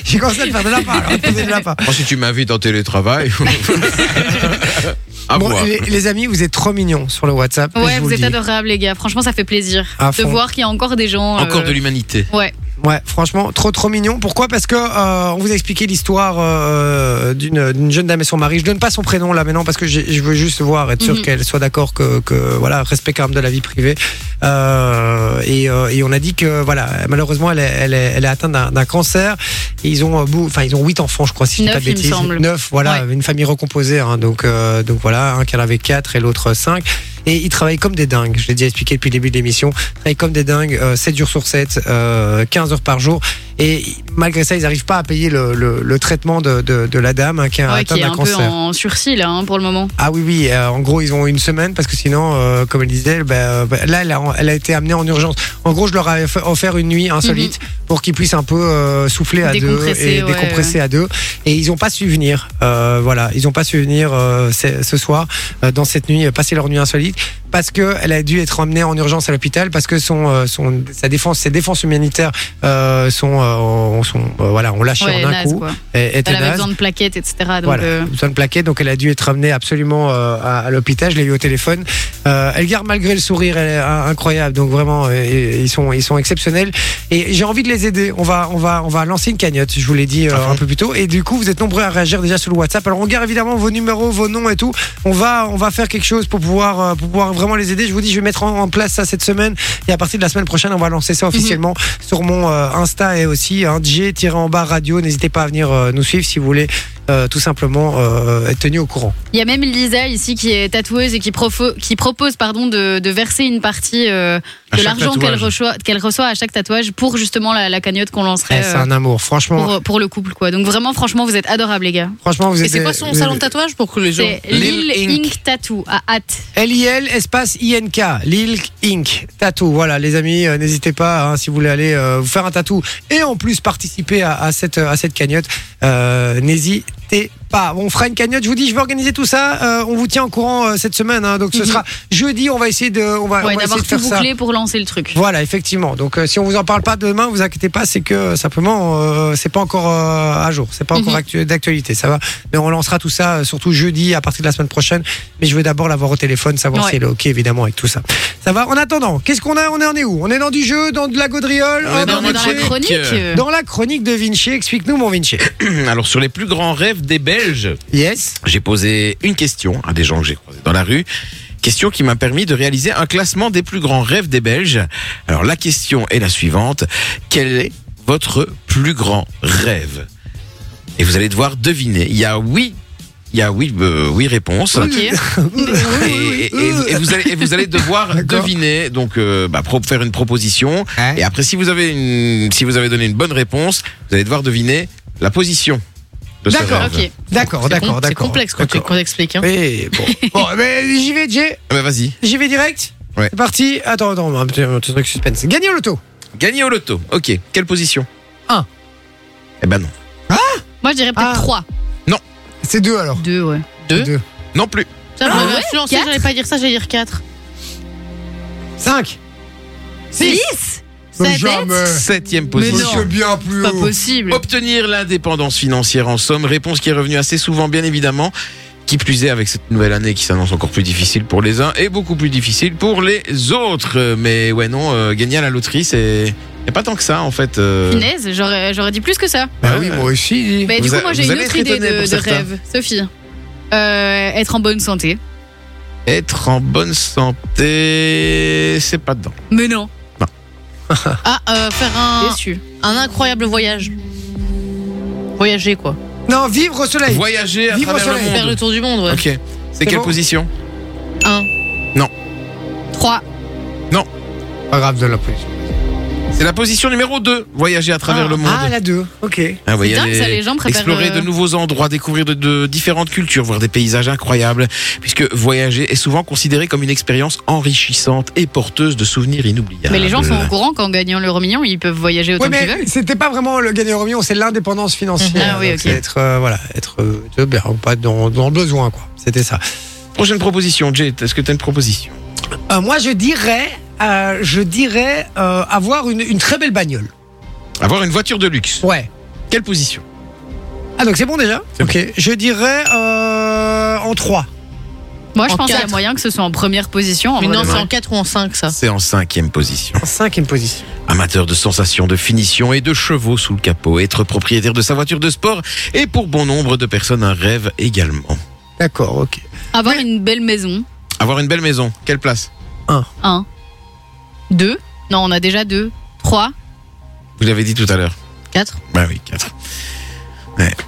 J'ai commencé à le faire de la part. alors, de la part. Oh, si tu m'invites en télétravail. à Bon, voir. les, les amis, vous êtes trop mignons sur le WhatsApp. Ouais, je vous, le êtes dis. adorables, les gars. Franchement, ça fait plaisir À de fond. voir qu'il y a encore des gens. Encore euh, de l'humanité. Ouais. Ouais, franchement, trop trop mignon. Pourquoi Parce que euh, on vous a expliqué l'histoire euh, d'une d'une jeune dame et son mari. Je donne pas son prénom là maintenant parce que j'ai- je veux juste voir être sûr Mhm. qu'elle soit d'accord que, que voilà respect quand même de la vie privée. Euh, et, euh, et on a dit que voilà malheureusement elle est, elle est, elle est atteinte d'un d'un cancer. Et ils ont euh, beau- enfin ils ont huit enfants je crois si je dis Neuf, pas de il me bêtises. semble. Neuf, voilà une famille recomposée. hein. donc euh, donc voilà un qu'elle avait quatre et l'autre cinq. Et ils travaillent comme des dingues. Je l'ai déjà expliqué depuis le début de l'émission. Ils travaillent comme des dingues, euh, 7 jours sur 7, euh, 15 heures par jour. Et malgré ça, ils n'arrivent pas à payer le, le- le traitement de, de- de la dame hein, qui a Ouais, atteint qui est un un peu cancer. en sursis, là, hein, pour le moment. Ah oui, oui, euh, en gros, ils ont une semaine parce que sinon, euh, comme elle disait, bah, euh, bah, là, elle a, elle a été amenée en urgence. En gros, je leur ai fait- offert une nuit insolite pour qu'ils puissent un peu euh, souffler à deux Mhm. Décompresser, et ouais, décompresser à deux. Et ils n'ont pas su venir. Euh, voilà, ils n'ont pas su venir euh, ce ce soir, euh, dans cette nuit, euh, passer leur nuit insolite parce qu'elle a dû être emmenée en urgence à l'hôpital parce que son, euh, son, sa défense, ses défenses humanitaires euh, sont, euh, sont euh, voilà, ont lâché Ouais, en un naze, coup. quoi. Et, étaient Elle avait nazes. besoin de plaquettes, etc. Donc, Voilà, euh, besoin de plaquettes, donc elle a dû être ramenée absolument euh, à, à l'hôpital. Je l'ai eu au téléphone. Euh, elle garde malgré le sourire, elle est euh, incroyable. Donc vraiment, euh, et- ils sont ils sont exceptionnels. Et j'ai envie de les aider. On va on va on va lancer une cagnotte. Je vous l'ai dit euh, un peu plus tôt. Et du coup, vous êtes nombreux à réagir déjà sur le WhatsApp. Alors on garde évidemment vos numéros, vos noms et tout. On va on va faire quelque chose pour pouvoir euh, pour pouvoir vraiment les aider. Je vous dis, je vais mettre en, en place ça cette semaine. Et à partir de la semaine prochaine, on va lancer Mhm. ça officiellement sur mon euh, Insta et aussi hein, j en bas radio. N'hésitez pas à venir euh, nous suivre si vous voulez euh, tout simplement euh, être tenu au courant. Il y a même Lisa ici qui est tatoueuse et qui, profo- qui propose pardon, de, de verser une partie euh, À de chaque l'argent qu'elle tatouage. reçoit, qu'elle reçoit à chaque tatouage pour justement la, la cagnotte qu'on lancerait Eh, c'est euh, un amour. Franchement, pour, pour le couple. quoi. Donc vraiment, franchement, vous êtes adorables les gars. franchement vous Et êtes c'est des- quoi son des- salon de tatouage pour que les gens. C'est Lil Lille Inc. Ink. Tattoo à hâte. L-I-L espace INK, Lil Inc. Tattoo. Voilà, les amis, euh, n'hésitez pas hein, si vous voulez aller euh, vous faire un tatou et en plus participer à, à cette, à cette cagnotte. euh, n'hésitez pas. On fera une cagnotte. Je vous dis, je vais organiser tout ça. Euh, on vous tient au courant euh, cette semaine. hein. Mhm. donc ce sera jeudi. On va essayer de, on va, on Ouais, va d'avoir essayer de tout faire ça. bouclé pour lancer le truc. Voilà, effectivement. Donc, euh, si on vous en parle pas demain, vous inquiétez pas, c'est que euh, simplement, euh, c'est pas encore euh, à jour, c'est pas encore actu- d'actualité, ça va. Mais on lancera tout ça, euh, surtout jeudi, à partir de la semaine prochaine. Mais je veux d'abord l'avoir au téléphone, savoir Ouais. si elle est ok, évidemment, avec tout ça. Ça va. En attendant, qu'est-ce qu'on a On en est où On est dans du jeu, dans de la gaudriole, On est euh, dans On est du dans notre la jeu. chronique. euh, Dans la chronique de Vinci. Explique-nous, mon Vinci. Alors sur les plus grands rêves des Belges, Yes. j'ai posé une question à des gens que j'ai croisés dans la rue. Question qui m'a permis de réaliser un classement des plus grands rêves des Belges. Alors la question est la suivante. Quel est votre plus grand rêve Et vous allez devoir deviner. Il y a oui, il y a oui, euh, oui réponse. ok. Et, et- et vous- et vous allez, et vous allez devoir D'accord. deviner, donc euh, bah, pro- faire une proposition. Et après, si vous avez une, si vous avez donné une bonne réponse, vous allez devoir deviner la position. de ce D'accord, rêve. ok. D'accord, d'accord, d'accord. C'est complexe quand tu d'accord. quand t'expliques, hein. Oui, bon. bon, mais j'y vais, Jay. Ah bah, vas-y, J'y vais direct. Ouais. C'est parti. Attends, attends, un petit, un petit truc suspense. Gagner au loto. gagner au loto. Ok, quelle position Un. Eh ben non, Moi, je dirais Ah. peut-être 3. C'est deux alors. 2, ouais. Deux. Deux. non plus. Putain, je Ah m'avais ouais, influencé, quatre j'allais pas dire ça, j'allais dire 4. 5 6 Mais Ça jamais. date Septième Mais non. position. Monsieur euh, bien plus Pas possible. Obtenir l'indépendance financière en somme, réponse qui est revenue assez souvent, bien évidemment. Qui plus est avec cette nouvelle année qui s'annonce encore plus difficile pour les uns et beaucoup plus difficile pour les autres. Euh, Mais ouais, non, euh, gagner à la loterie, c'est. y a pas tant que ça en fait. euh. Punaise, j'aurais j'aurais dit plus que ça. Bah oui, moi aussi. dis. Mais du Vous coup, a- moi, j'ai vous une allez autre être idée étonné de, pour de certains. rêve. Sophie. Euh, être en bonne santé. Être en bonne santé, c'est pas dedans. Mais non. Ah, euh, faire un, Déçu. un incroyable voyage. Voyager, quoi. Non, vivre au soleil. Voyager à Vivre au travers le soleil. monde. Faire le tour du monde, Ah ouais. Ok. C'est quelle bon. position 1. 3. Pas grave de la police. C'est la position numéro 2, voyager à travers le monde. Ah, la 2. Ok. Ah, ouais, C'est y a dingue, les- ça, les gens préfèrent, Explorer de euh, nouveaux endroits, découvrir de, de différentes cultures, voir des paysages incroyables, puisque voyager est souvent considéré comme une expérience enrichissante et porteuse de souvenirs inoubliables. Mais les gens sont au courant qu'en gagnant l'euro million, ils peuvent voyager autant Ouais, qu'ils veulent. mais c'était pas vraiment le gagner au million, c'est l'indépendance financière. Ah oui, Donc, ok. c'est Être, euh, voilà, être euh, tu vois, bien, pas dans, dans le besoin, quoi. C'était ça. Prochaine proposition, Jay, est-ce que tu as une proposition Euh, moi, je dirais, euh, je dirais euh, avoir une, une très belle bagnole. Avoir une voiture de luxe. Ouais. Quelle position Ah, donc c'est bon déjà C'est Ok. Je dirais euh, en 3. Moi, je En pense qu'il y a quatre. moyen que ce soit en première position. en euh, Mais vrai non, de c'est vrai. en 4 ou en 5, Ah. ça. C'est en cinquième position. En cinquième position. Amateur de sensations, de finition et de chevaux sous le capot, être propriétaire de sa voiture de sport est pour bon nombre de personnes un rêve également. D'accord, ok. Avoir une belle maison. Avoir une belle maison, quelle place 1. 2. Non, on a déjà 2. 3. Vous l'avez dit tout à l'heure. 4. Bah oui, 4.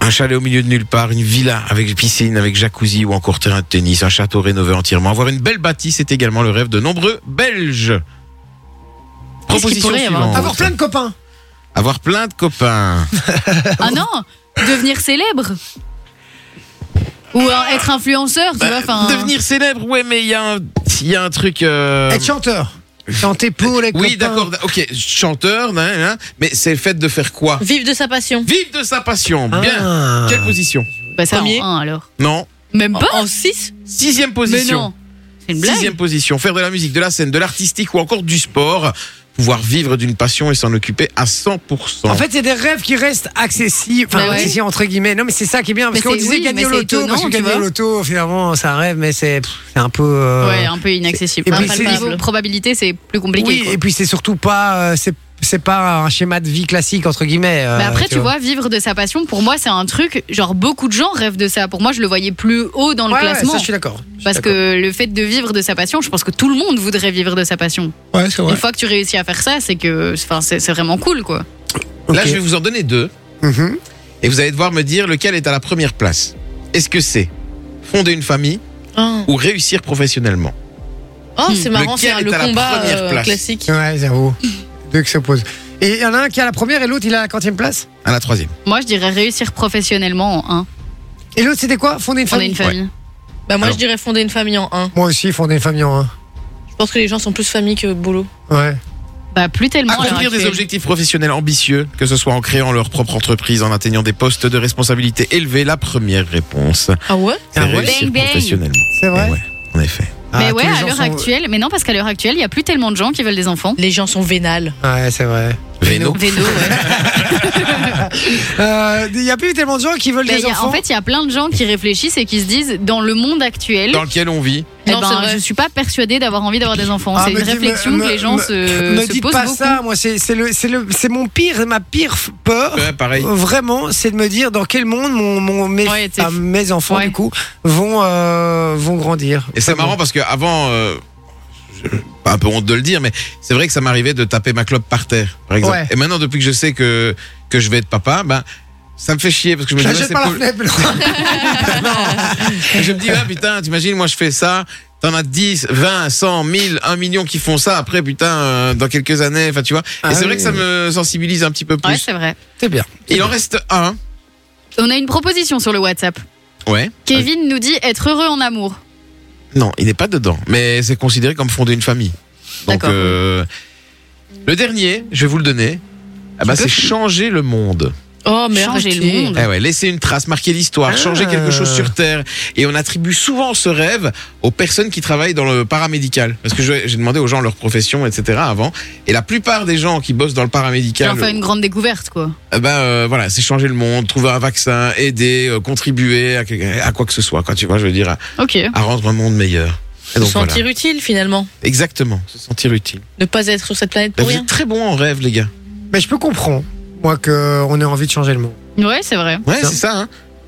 Un chalet au milieu de nulle part, une villa avec piscine, avec jacuzzi ou encore terrain de tennis, un château rénové entièrement. Avoir une belle bâtisse est également le rêve de nombreux Belges. Qu'est-ce qu'il Proposition pourrait y avoir suivante. Avoir plein de copains. Avoir plein de copains. Ah non Devenir célèbre Ou euh, être influenceur, tu vois. enfin, Bah, Devenir célèbre, ouais, mais il y, a un- il y a un truc... euh, Être chanteur. Chanter pour les copains. Oui, d'accord. Ok, chanteur, nan, nan, nan, mais c'est le fait de faire quoi Vivre de sa passion. Vivre de sa passion. Bien. Ah. Quelle position Bah, ça, Premier. en 1 alors. Non. Même En- pas En 6 Sixième Mais position. non C'est une blague Sixième position. Faire de la musique, de la scène, de l'artistique ou encore du sport. Pouvoir vivre d'une passion et s'en occuper à 100%. En fait, c'est des rêves qui restent accessibles, enfin Bah ouais. accessibles entre guillemets. Non, mais c'est ça qui est bien parce Mais qu'on c'est- disait oui, gagner mais au c'est loto, parce que étonnant, tu gagner au vois. loto, finalement, c'est un rêve, mais c'est pff, c'est un peu. euh, Ouais, un peu inaccessible. Et puis, Enfin, c'est- le niveau probabilité, c'est plus compliqué. oui, quoi. et puis c'est surtout pas, euh, c'est c'est pas un schéma de vie classique entre guillemets. euh, Mais après, tu vois, vivre de sa passion, pour moi, c'est un truc, genre beaucoup de gens rêvent de ça. Pour moi, je le voyais plus haut dans le Ouais, ouais, classement. ça, je suis d'accord. Je suis parce que le fait de vivre de sa passion, je pense que tout le monde voudrait vivre de sa passion. d'accord. ouais, c'est Une fois que tu réussis à faire ça, c'est que enfin, c'est c'est vraiment cool, quoi. Là, ok. je vais vous en donner deux. Mhm. Et vous allez devoir me dire lequel est à la première place. Est-ce que c'est fonder une famille Oh, ou réussir professionnellement Oh, c'est marrant, Lequel c'est un- est le à la combat première euh, place classique. Ouais, j'avoue. Deux qui s'opposent. Et il y en a un qui a la première et l'autre il a la quantième place. À la troisième. Moi, je dirais réussir professionnellement en 1. Et l'autre c'était quoi Fonder une On a famille. une famille. Bah, moi, Alors. je dirais fonder une famille en 1. Moi aussi fonder une famille en un. Je pense que les gens sont plus famille que boulot. Ouais. Bah, plus Oh, tellement. à l'heure Accomplir des actuelle. objectifs professionnels ambitieux, que ce soit en créant leur propre entreprise, en atteignant des postes de responsabilité élevés, la première réponse. Ah ouais C'est Ah ouais réussir Bang, bang. professionnellement. C'est Et vrai. ouais, en effet. Mais Ah, ouais, tous les à gens l'heure sont- actuelle. Mais non, parce qu'à l'heure actuelle, il y a plus tellement de gens qui veulent des enfants. Les gens sont vénales. Ouais, c'est vrai. Véno. Vélo, ouais. Euh, Il y a plus tellement de gens qui veulent Mais des il Ben, y a- enfants. en fait, il y a plein de gens qui réfléchissent et qui se disent dans le monde actuel. Dans lequel on vit. eh Non, ben, c'est vrai. je suis pas persuadée d'avoir envie d'avoir des enfants. Ah, c'est me une dis- me- réflexion me- que les gens me- se, me se dites posent pas beaucoup. ça, moi c'est c'est le c'est le c'est mon pire ma pire f- peur. Ouais, pareil. Vraiment, c'est de me dire dans quel monde mon, mon- mes, Ouais, t'es- enfin, mes enfants Ouais. du coup vont euh, vont grandir. Et c'est marrant parce que avant, euh, je- pas un peu honte de le dire, mais c'est vrai que ça m'arrivait de taper ma clope par terre, par exemple. Ouais. Et maintenant, depuis que je sais que que je vais être papa, ben ça me fait chier parce que je me Je dis, la ouais, jette c'est par la pas- fenêtre. je me dis, ah, putain, t'imagines, moi je fais ça. T'en as 10, 20, 100, 1000, 1 million qui font ça après, putain, euh, dans quelques années, enfin tu vois. Ah Et c'est oui. vrai que ça me sensibilise un petit peu plus. Ouais, c'est vrai. C'est bien. Il en reste un. On a une proposition sur le WhatsApp. Ouais. Kevin nous dit être heureux en amour. Non, il n'est pas dedans, mais c'est considéré comme fonder une famille. Donc, D'accord. euh, le dernier, je vais vous le donner. Ah bah, c'est changer le monde. Oh, mais Changer le arrêtez. monde. Ah ouais, laisser une trace, marquer l'histoire, Ah. changer quelque chose sur Terre. Et on attribue souvent ce rêve aux personnes qui travaillent dans le paramédical. Parce que je- j'ai demandé aux gens leur profession, etc. avant. Et la plupart des gens qui bossent dans le Genre paramédical, faire une grande découverte, quoi. eh ben, euh, voilà, c'est changer le monde, trouver un vaccin, aider, euh, contribuer à, quelque- à quoi que ce soit. Quand tu vois, je veux dire, à, Ok. à rendre un monde meilleur. Et Se donc, sentir voilà. utile finalement. Exactement, se sentir utile. Ne pas être sur cette planète Bah, pour vous rien. êtes très bon en rêve, les gars. Mais je peux comprendre moi que on ait envie de changer le monde. Ouais, c'est vrai. Ouais, Ça. c'est ça. Hein.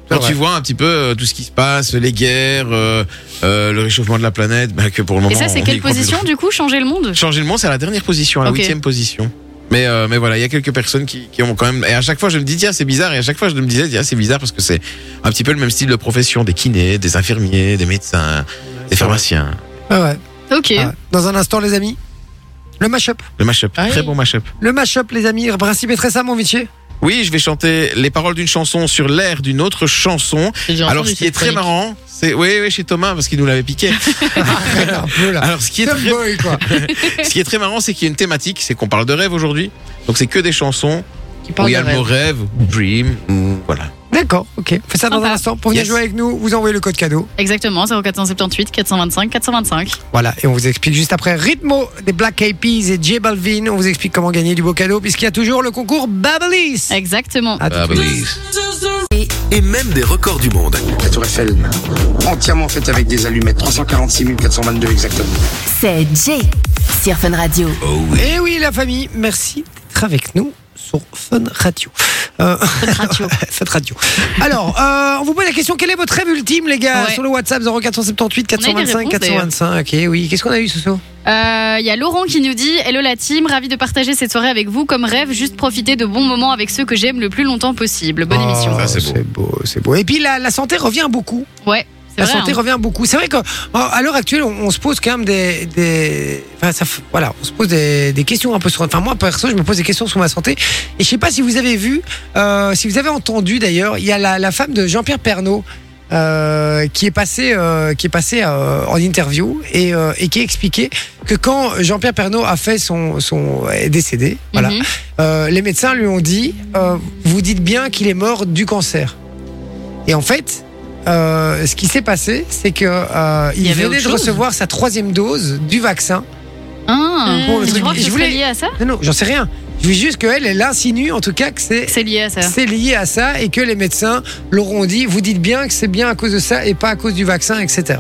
C'est Quand vrai. tu vois un petit peu euh, tout ce qui se passe, les guerres, euh, euh, le réchauffement de la planète, bah, que pour le moment. Et ça, c'est on y quelle croit plus position trop. du coup Changer le monde Changer le monde, c'est à la dernière position, à la Ok. huitième position. Mais, euh, mais voilà, il y a quelques personnes qui, qui ont quand même. Et à chaque fois, je me dis, tiens, c'est bizarre. Et à chaque fois, je me disais, tiens, c'est bizarre parce que c'est un petit peu le même style de profession des kinés, des infirmiers, des médecins, des pharmaciens. Ah ouais. Ok. Ah ouais. Dans un instant les amis, le mashup. Le mashup, Ah oui. très bon mashup. Le mashup les amis, le principe est très simple mon Vichy. Oui, je vais chanter les paroles d'une chanson sur l'air d'une autre chanson. J'ai déjà Alors, entendu ce qui est cette très chronique. marrant, c'est. Oui, oui, chez Thomas, parce qu'il nous l'avait piqué. Arrête un peu là. Alors, ce qui est très Tomboy, quoi. Ce qui est très marrant, c'est qu'il y a une thématique, c'est qu'on parle de rêve aujourd'hui. Donc c'est que des chansons Qui où parle il y a de le mot rêve. rêve, dream, ou voilà. D'accord, ok. On fait ça dans Sympa. un instant. Pour venir Yes. jouer avec nous, vous envoyez le code cadeau. Exactement, 0478 425 425. Voilà, et on vous explique juste après rythmo des Black Eyed Peas et J Balvin. On vous explique comment gagner du beau cadeau puisqu'il y a toujours le concours Babelis. Exactement. À tout de Ah, bah suite. oui. Et même des records du monde. La tour Eiffel, entièrement faite avec des allumettes, 346 422 exactement. C'est Jay sur Fun Radio. Et Eh oui, la famille, merci d'être avec nous sur Fun Radio. Euh, Radio. Fun Radio. Alors, euh, on vous pose la question quel est votre rêve ultime, les gars, Ouais. sur le WhatsApp 0478 On a eu des 425 réponses, 425. Ok, oui. Qu'est-ce qu'on a eu, Soso Euh, Il y a Laurent qui nous dit Hello la team, ravi de partager cette soirée avec vous. Comme rêve, juste profiter de bons moments avec ceux que j'aime le plus longtemps possible. Bonne Ah, émission. Ça, c'est beau. C'est beau, c'est beau. Et puis, la, la santé revient beaucoup. Ouais, c'est La vrai. santé hein. revient beaucoup. C'est vrai que euh, à l'heure actuelle, on, on se pose quand même des, des enfin, ça, f- voilà, on se pose des, des questions un peu sur. Enfin, moi perso, je me pose des questions sur ma santé. Et je sais pas si vous avez vu, euh, si vous avez entendu d'ailleurs, il y a la, la femme de Jean-Pierre Pernaud. euh, qui est passée euh, qui est passée euh, en interview et, euh, et qui a expliqué que quand Jean-Pierre Pernaud a fait son son est décédé voilà Mhm. euh, les médecins lui ont dit euh, vous dites bien qu'il est mort du cancer. Et en fait, euh, ce qui s'est passé, c'est que euh, il, y avait venait autre de chose recevoir sa troisième dose du vaccin. Ah, Bon, le tu truc- crois que je c'est voulais- lié à ça Non, non, j'en sais rien. Je dis juste qu'elle, elle insinue en tout cas que c'est C'est lié à ça. c'est lié à ça et que les médecins leur ont dit vous dites bien que c'est bien à cause de ça et pas à cause du vaccin, etc.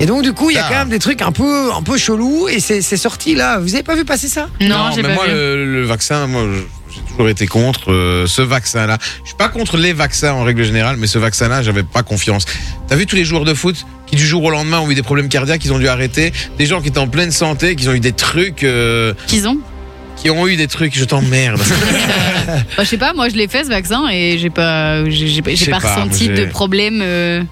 Et donc du coup, il y a Ah. quand même des trucs un peu un peu chelous et c'est c'est sorti là. Vous avez pas vu passer ça Non, j'ai mais pas moi, vu. le, le vaccin, moi, je- j'ai toujours été contre euh, ce vaccin-là. Je suis pas contre les vaccins en règle générale, mais ce vaccin-là, j'avais pas confiance. T'as vu tous les joueurs de foot qui, du jour au lendemain, ont eu des problèmes cardiaques, ils ont dû arrêter. Des gens qui étaient en pleine santé, qui ont eu des trucs. euh, Qu'ils ont qui ont eu des trucs, je t'emmerde. Bah, je sais pas, moi je l'ai fait ce vaccin et j'ai pas, j'ai- j'ai pas, Je sais j'ai pas pas, ressenti moi, j'ai- de problème euh,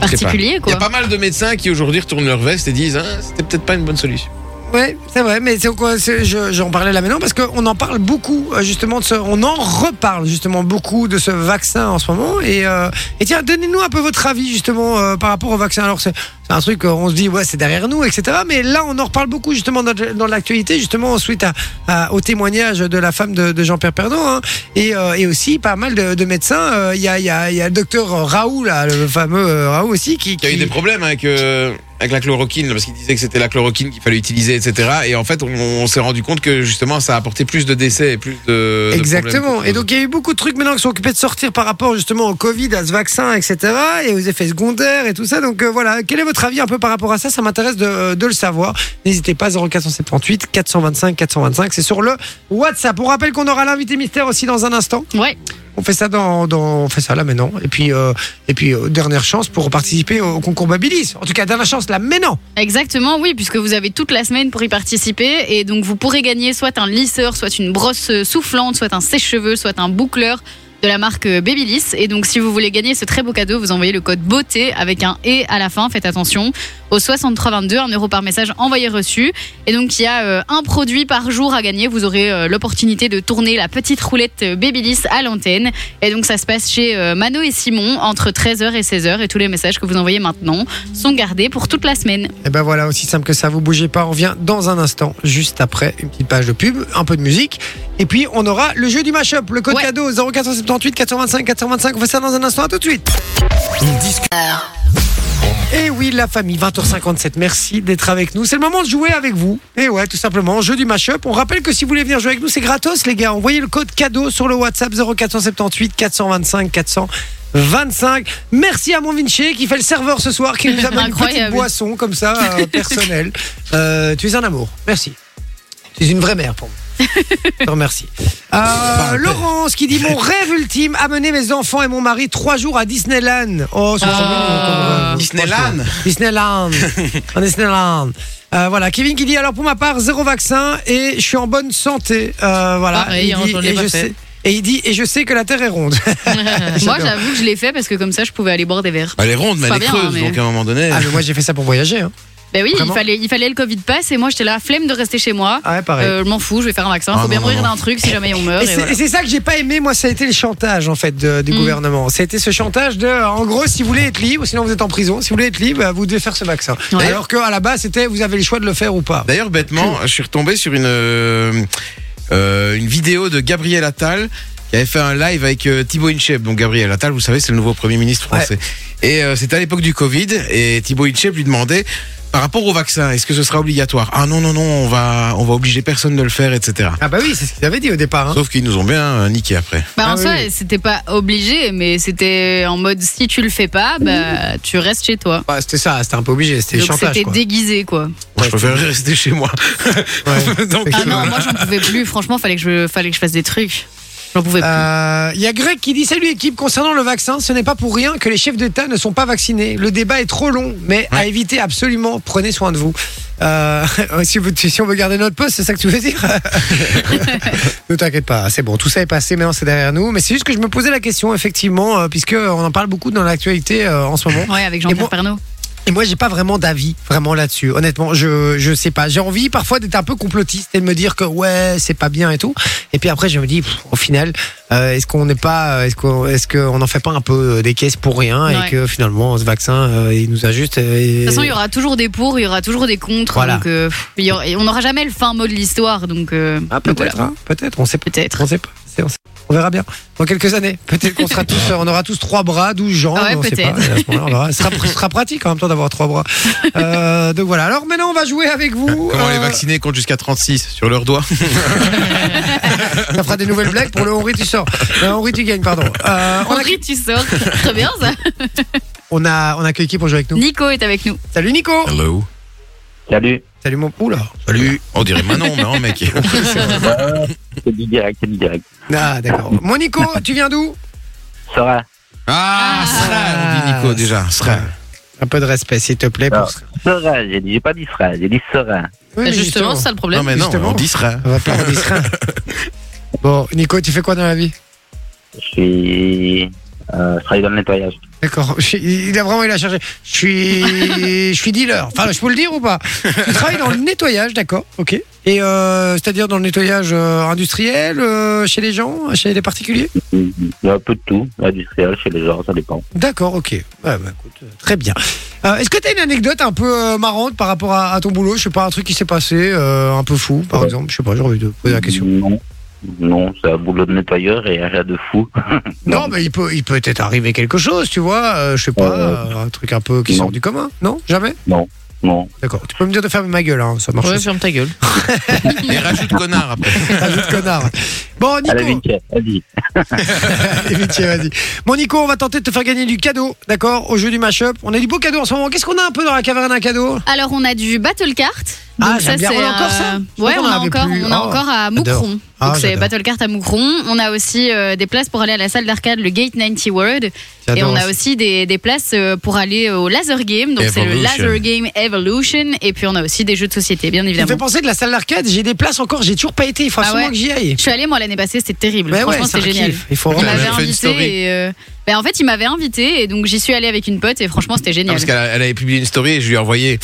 particulier Il y quoi. a pas mal de médecins qui aujourd'hui retournent leur veste et disent Ah, c'était peut-être pas une bonne solution. Ouais, c'est vrai, mais c'est quoi c'est- je- J'en parlais là maintenant parce qu'on en parle beaucoup euh, justement de ce, on en reparle justement beaucoup de ce vaccin en ce moment et, euh, et tiens, donnez-nous un peu votre avis justement euh, par rapport au vaccin. Alors c'est c'est un truc, euh, on se dit ouais c'est derrière nous, etc. Mais là on en reparle beaucoup justement dans, dans l'actualité justement suite à, à- au témoignage de la femme de, de Jean-Pierre Pernaut hein, et, euh, et aussi pas mal de, de médecins. Euh, Il y, a, il y, a, il y a le docteur Raoul, là, le fameux euh, Raoul aussi qui, Il y a eu qui- des problèmes avec, euh, avec la chloroquine, là, parce qu'ils disaient que c'était la chloroquine qu'il fallait utiliser, etc. Et en fait, on, on s'est rendu compte que justement, ça a apporté plus de décès et plus de. de Exactement. problèmes. Et donc il y a eu beaucoup de trucs maintenant qui sont occupés de sortir par rapport justement au Covid, à ce vaccin, etc. Et aux effets secondaires et tout ça. Donc euh, voilà, quel est votre avis un peu par rapport à ça Ça m'intéresse de, de le savoir. N'hésitez pas 0478 425 425. C'est sur le WhatsApp. On rappelle qu'on aura l'invité mystère aussi dans un instant. Ouais. On fait ça dans, dans on fait ça là maintenant. Et puis euh, et puis euh, dernière chance pour participer au, au concours Babilis. En tout cas dernière chance là maintenant. Exactement, oui, puisque vous avez toute la semaine pour y participer. Et donc, vous pourrez gagner soit un lisseur, soit une brosse euh, soufflante, soit un sèche-cheveux, soit un boucleur de la marque euh, Babyliss. Et donc, si vous voulez gagner ce très beau cadeau, vous envoyez le code beauté avec un et à la fin. Faites attention au 6322, un euro par message envoyé reçu. Et donc, il y a euh, un produit par jour à gagner. Vous aurez euh, l'opportunité de tourner la petite roulette euh, Babyliss à l'antenne. Et donc, ça se passe chez euh, Mano et Simon entre 13h et 16h. Et tous les messages que vous envoyez maintenant sont gardés pour toute la semaine. Et ben voilà, aussi simple que ça, vous bougez pas, on revient dans un instant, juste après une petite page de pub, un peu de musique, et puis on aura le jeu du mashup, le code Ouais. cadeau 0478 425 425, on fait ça dans un instant, à tout de suite. On discute Et Eh oui, la famille, 20h57, merci d'être avec nous, c'est le moment de jouer avec vous, et ouais, tout simplement, jeu du mashup, on rappelle que si vous voulez venir jouer avec nous, c'est gratos les gars, envoyez le code cadeau sur le WhatsApp 0478 425 425. Merci à mon Vinci qui fait le serveur ce soir, qui nous amène une petite Incroyable. boisson comme ça, euh, personnelle. Euh, tu es un amour. Merci. Tu es une vraie mère pour moi. Je te remercie. Euh, Laurence qui dit Mon rêve ultime, amener mes enfants et mon mari trois jours à Disneyland. Oh, c'est trop mignon comme rêve. Disneyland. Disneyland. En Disneyland. Euh, voilà, Kevin qui dit alors pour ma part zéro vaccin et je suis en bonne santé. Euh, voilà, Pareil, hein, il dit, j'en ai et pas je fait. sais- et il dit et je sais que la terre est ronde. Moi, J'adore. j'avoue que je l'ai fait parce que comme ça, je pouvais aller boire des verres. Bah, Elle est ronde, mais Pas elle est bien, creuse, mais- donc à un moment donné. ah mais moi j'ai fait ça pour voyager. Hein. Ben oui, il Vraiment fallait, il fallait le Covid passe et moi, j'étais là, flemme de rester chez moi. Ah ouais, pareil. Euh, je m'en fous, je vais faire un vaccin. Ah, Faut bien non, mourir non, d'un truc si jamais on meurt. Et et c'est voilà. et c'est ça que j'ai pas aimé, moi, ça a été le chantage, en fait, de- du Mm. gouvernement. Ça a été ce chantage de, euh, en gros, si vous voulez être libre, sinon vous êtes en prison, si vous voulez être libre, bah, vous devez faire ce vaccin. Ouais. Bah. Alors qu'à la base, c'était vous avez le choix de le faire ou pas. D'ailleurs, bêtement, je suis retombé sur une, euh, euh, une vidéo de Gabriel Attal qui avait fait un live avec euh, Thibaut Inchep. Donc Gabriel Attal, vous savez, c'est le nouveau Premier ministre Ouais. français. Et euh, c'était à l'époque du Covid et Thibaut Inchep lui demandait par rapport au vaccin, est-ce que ce sera obligatoire Ah non, non, non, on va, on va obliger personne de le faire, etc. Ah bah oui, c'est ce qu'ils avaient dit au départ. hein. Sauf qu'ils nous ont bien euh, niqué après. Bah, Ah en oui, soi, oui. c'était pas obligé, mais c'était en mode si tu le fais pas, bah, tu restes chez toi. Bah, c'était ça, c'était un peu obligé, c'était le Donc chantage. c'était quoi. déguisé quoi. Moi, je préfère rester chez moi. Ouais. Donc, Ah non, moi j'en pouvais plus. Franchement, fallait que je, fallait que je fasse des trucs. J'en pouvais plus. Euh, Il y a Greg qui dit Salut équipe, concernant le vaccin, ce n'est pas pour rien que les chefs d'État ne sont pas vaccinés. Le débat est trop long, mais à éviter absolument. Prenez soin de vous. Euh, si, vous- si on veut garder notre poste, c'est ça que tu veux dire Ne t'inquiète pas, c'est bon, tout ça est passé, maintenant c'est derrière nous. Mais c'est juste que je me posais la question, effectivement, euh, puisque on en parle beaucoup dans l'actualité euh, en ce moment. Ouais, avec et moi- Jean-Pierre Pernaut. Et moi, j'ai pas vraiment d'avis vraiment là-dessus. Honnêtement, je je sais pas. J'ai envie parfois d'être un peu complotiste et de me dire que ouais, c'est pas bien et tout. Et puis après, je me dis pff, au final, euh, est-ce qu'on n'est pas, est-ce qu'on est-ce qu'on en fait pas un peu euh, des caisses pour rien et Ouais. que finalement ce vaccin euh, il nous ajuste. De toute façon, il y aura toujours des pour, il y aura toujours des contre. Voilà. Donc, euh, pff, il y aura- et on n'aura jamais le fin mot de l'histoire. Donc, euh, ah, donc peut-être, voilà. hein, peut-être, on sait pas. Peut-être. On sait pas. C'est- On, sait- on verra bien. Dans quelques années, peut-être qu'on sera tous, euh, on aura tous trois bras, 12 jambes. Ah Ouais, on sait pas. peut-être. Et à ce moment-là, on verra. Ce sera, ce sera pratique en même temps d'avoir trois bras. Euh, donc voilà. Alors maintenant, on va jouer avec vous. Comment les Euh, vacciner comptent jusqu'à 36 sur leurs doigts Ça fera des nouvelles blagues pour le Henri, tu sors. Euh, Henri, tu gagnes, pardon. Euh, on, a, Henri, tu sors. Très bien ça. on, a, on a que qui pour jouer avec nous Nico est avec nous. Salut Nico Hello. Salut, Salut mon. Oula Salut. On dirait Manon, mais non, mec. c'est du direct, c'est du direct. Ah, d'accord. Mon Nico, tu viens d'où Sera, Ah, Sral, on dit Nico déjà. Sral. Un peu de respect, s'il te plaît. Pour... Alors. sera, j'ai dit, j'ai pas dit sera, j'ai dit sera. Oui, mais Bah, justement, c'est ça le problème. Non, mais non, Justement. on dit sera. On va pas en dire rien. Bon, Nico, tu fais quoi dans la vie Je suis. Euh, je travaille dans le nettoyage. D'accord. Je suis- Il a vraiment, il a chargé. Je suis, je suis dealer. Enfin, je peux le dire ou pas Tu travailles dans le nettoyage, d'accord Ok. Et euh, c'est-à-dire dans le nettoyage euh, industriel, euh, chez les gens, chez les particuliers Il y a un peu de tout, industriel, chez les gens, ça dépend. D'accord, ok. Ouais, bah, écoute, euh, très bien. Euh, Est-ce que tu as une anecdote un peu euh, marrante par rapport à, à ton boulot Je sais pas, un truc qui s'est passé, euh, un peu fou, par Ouais. exemple. Je sais pas, j'ai envie de poser la question. Non. Non, c'est un boulot de nettoyeur et rien de fou. Non, mais il peut, il peut être arrivé quelque chose, tu vois. euh, je sais pas, Euh, euh, un truc un peu qui non. sort du commun. Non, jamais. Non. D'accord. Tu peux me dire de fermer ma gueule, hein, ça marche. Ouais, ferme ta gueule. Et rajoute connard après. Ah, vous êtes connard. Bon, Nico. Allez, Vinci, vas-y. Allez, Vinci, vas-y. Bon, Nico, on va tenter de te faire gagner du cadeau, d'accord, au jeu du mashup. On a du beau cadeau en ce moment. Qu'est-ce qu'on a un peu dans la caverne à cadeau Alors, on a du Battle Kart. Ah, Donc j'aime bien. c'est, On a encore ça euh, Je Ouais, pensais qu'on on a en avait encore, plus. on a Oh, encore à j'adore. Moucron. Ah, Donc c'est j'adore. Battle Kart à Moucron. On a aussi euh, des places pour aller à la salle d'arcade, le Gate 90 World. Et on a aussi des, des places euh, pour aller au Laser Game. Donc c'est le Evolution. Laser Game Evolution. Et puis on a aussi des jeux de société, bien Ça me fait évidemment. penser de la salle d'arcade. J'ai des places encore. J'ai toujours pas été. Il faut Ah absolument ouais. que j'y aille. Je suis allée moi l'année passée, c'était terrible. Mais Franchement, ouais, c'est un c'était génial. kiff. Il faut Il Ouais, vraiment. j'ai m'avait fait une story. invité et euh, ben, en fait il m'avait invité et donc j'y suis allée avec une pote et franchement c'était Non, génial. Ah, parce qu'elle a- elle avait publié une story et je lui ai envoyé.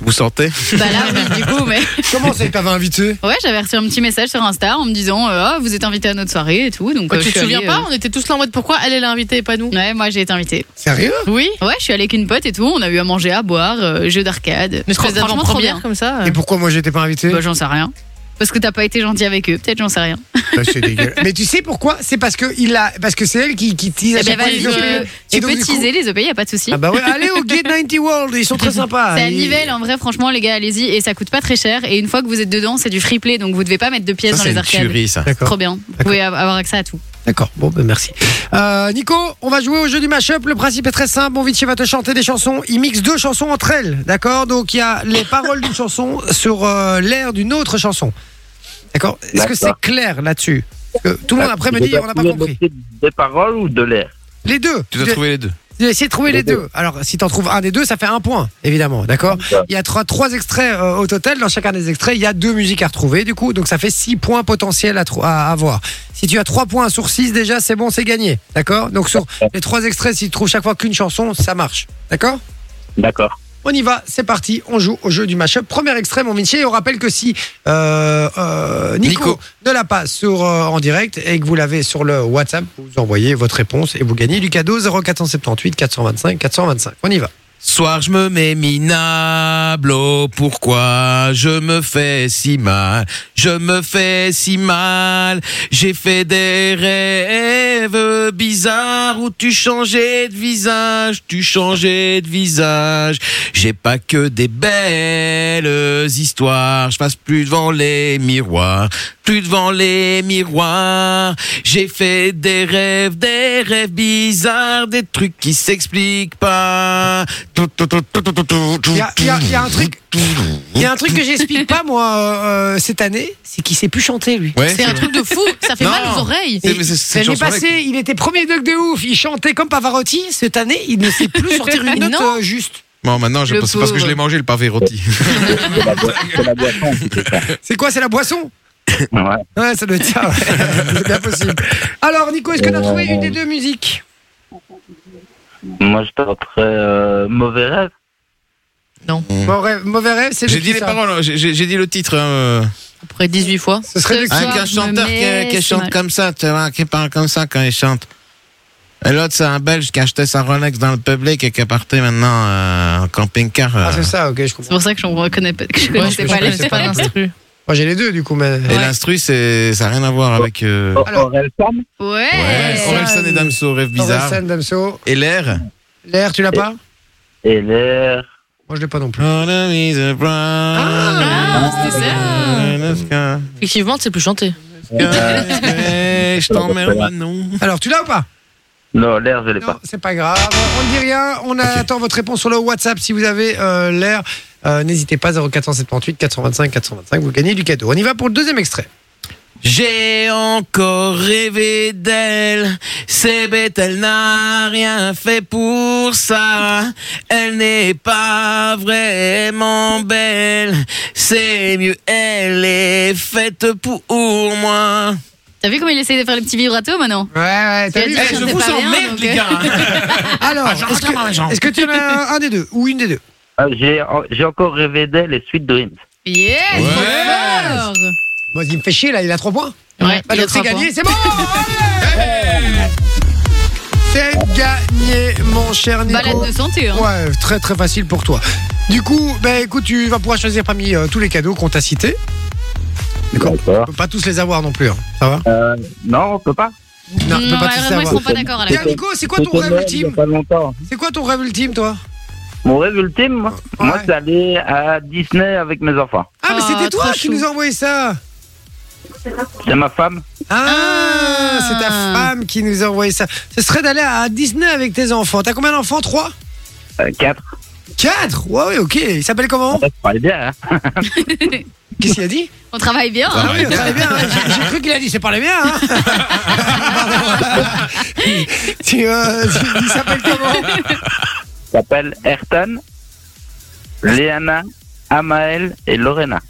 Vous sentez Bah là oui, du coup mais Comment ça, il t'avait invité ouais j'avais reçu un petit message sur Insta en me disant euh, Ah, vous êtes invité à notre soirée et tout donc euh, je Bah, Oh, tu te suis souviens allée, pas euh, On était tous là en mode pourquoi elle, elle a invité et pas nous Ouais, moi j'ai été invitée. Sérieux Oui Ouais, je suis allée avec une pote et tout. On a eu à manger, à boire, euh, jeu d'arcade. Une espèce Fran- franchement, trop d'avant-première bien. comme ça. euh. Et pourquoi moi j'étais pas invité Bah, j'en sais rien. Parce que t'as pas été gentil avec eux, peut-être j'en sais rien. Bah, C'est dégueulasse. Mais tu sais pourquoi C'est parce que il a, parce que c'est elle qui qui tease à Eh ben, chaque fois vas-y, les tu opinions. peux, tu Et donc, peux du coup- teaser les OPI, y a pas de souci. Ah bah ouais. Allez au Gate 90 World. Ils sont très sympas. C'est à Ils- Nivelles, en vrai, franchement, les gars, allez-y. Et ça coûte pas très cher. Et une fois que vous êtes dedans, c'est du free play, donc vous devez pas mettre de pièces Ça, dans c'est les une arcades. tuerie, ça. D'accord. Trop bien. Vous D'accord. pouvez av- avoir accès à tout. D'accord, bon, ben merci. Euh, Nico, on va jouer au jeu du mashup. Le principe est très simple. Bon, Vinci va te chanter des chansons. Il mixe deux chansons entre elles, d'accord Donc, il y a les paroles d'une chanson sur euh, l'air d'une autre chanson. D'accord Est-ce que c'est D'accord. clair là-dessus Parce que Tout le monde après me dit, on n'a Bah, pas compris. Des paroles ou de l'air Les deux. Tu dois trouver les deux. J'ai essayé de trouver les Les deux. deux. Alors, si t'en trouves un des deux, ça fait un point, évidemment, d'accord D'accord. Il y a trois, trois extraits euh, au total. Dans chacun des extraits, il y a deux musiques à retrouver, du coup. Donc, ça fait six points potentiels à, trou- à avoir. Si tu as trois points sur six, déjà, c'est bon, c'est gagné, d'accord Donc, sur les trois extraits, si tu trouves chaque fois qu'une chanson, ça marche, d'accord D'accord. on y va, c'est parti, on joue au jeu du mashup. Premier extrait, mon Vinci, et on rappelle que si euh, euh, Nico, Nico. ne l'a pas sur, euh, en direct et que vous l'avez sur le WhatsApp, vous envoyez votre réponse et vous gagnez du cadeau 0478 425 425. On y va. Soir, je me mets minable, oh, pourquoi je me fais si mal, je me fais si mal, j'ai fait des rêves bizarres où tu changeais de visage, tu changeais de visage, j'ai pas que des belles histoires, je passe plus devant les miroirs, plus devant les miroirs, j'ai fait des rêves, des rêves bizarres, des trucs qui s'expliquent pas. Il y a- il y a- il y a un truc- Il y a un truc que j'explique pas, moi, euh, euh, cette année, c'est qu'il sait plus chanter, lui. Ouais, C'est un truc de fou, ça fait Non. mal aux oreilles. C'est- mais c'est- c'est L'année une chanson passée, il était premier doc de ouf, il chantait comme Pavarotti. Cette année, il ne sait plus sortir une note Non. euh, juste. Bon, maintenant, je Le pense- c'est parce que je pauvre. l'ai mangé, le pavé rôti. Ah. C'est la, boi- c'est la boisson, c'est ça. C'est quoi, c'est la boisson Ouais. Ouais, ça doit être ça. ouais. c'est bien possible. Alors, Nico, est-ce que t'as trouvé une des deux musiques Moi, je tenterais euh, Mauvais rêve. Mauvais, mauvais rêve, c'est de Mm. J'ai qui, dit les ça paroles, hein, j'ai- j'ai j'ai dit le titre. hein, euh. Après 18 fois. Ce serait de qui Ah, Hein, Soir, qu'un je chanteur me qui, mets qui si chante mal. comme ça, tu vois, qui parle comme ça quand il chante. Et l'autre, c'est un Belge qui achetait sa Rolex dans le public et qui est parti maintenant euh, en camping-car. euh. Ah, c'est ça, ok, je C'est comprends. pour ça que je ne reconnais pas. Que je connaissais je pas les- connaissais pas E l'instru. Moi, j'ai les deux, du coup, mais. Et l'instru, c'est- ça n'a rien à voir avec. euh, Alors- Aurel Sam Ouais. Ouais, Orelsan et Damso, rêve bizarre. Orelsan, Damso. Et l'air L'air, tu l'as pas et l'air. Moi, je l'ai pas non plus. Ah, Ah, c'était ça. Effectivement, c'est plus chanté. Euh, Je t'emmerde, non. Alors, tu l'as ou pas Non, l'air, je l'ai Non, pas. c'est pas grave. On ne dit rien. On attend votre réponse sur le WhatsApp si vous avez euh, l'air. Euh, N'hésitez pas, 0478 425 425. Vous gagnez du cadeau. On y va pour le deuxième extrait. J'ai encore rêvé d'elle. C'est bête, elle n'a rien fait pour ça. Elle n'est pas vraiment belle. C'est mieux, elle est faite pour moi. T'as vu comment il essaye de faire les petits vibratos maintenant Ouais, ouais, t'as Il vu y a Eh, du- je c'est vous pas rien, emmerde, donc, les euh. gars. Alors, Ah, j'en est-ce retiens pas, j'en. que, est-ce que tu en as un, un des deux ou une des deux Ah, j'ai, j'ai encore rêvé d'elle et Sweet Dreams. Yes Ouais. trop fort Bon, il me fait chier là, il a 3 points. Ouais, Bah, il a donc c'est trois gagné, points. c'est bon allez C'est gagné, mon cher Nico. Balade de santé. hein. Ouais, très très facile pour toi. Du coup, bah, écoute, tu vas pouvoir choisir parmi euh, tous les cadeaux qu'on t'a cités. D'accord. On D'accord. peut pas tous les avoir non plus, hein. ça va Euh, non, on peut pas. Non, on peut pas Non, tous les malheureusement, ils avoir. sont pas d'accord à la Tiens, Nico, c'est quoi ton C'était rêve Noël, il y a ultime pas longtemps. C'est quoi ton rêve ultime, toi Mon rêve ultime, moi, Ah, Ouais. moi, c'est aller à Disney avec mes enfants. Ah, mais Ah, c'était toi trop qui chou. nous a envoyé ça C'est ma femme. Ah, Ah. c'est ta femme qui nous a envoyé ça. Ce serait d'aller à Disney avec tes enfants. T'as combien d'enfants Trois Euh, quatre. Quatre Ouais, ouais, ok. Il s'appelle comment Ça parle bien, hein. Qu'est-ce qu'il a dit On travaille bien. Ah hein. oui, on parlait bien. hein. J'ai j'ai cru qu'il a dit, c'est parlait bien. Hein tu, euh, tu- il s'appelle comment Ça s'appelle Ayrton, Léana, Amael et Lorena.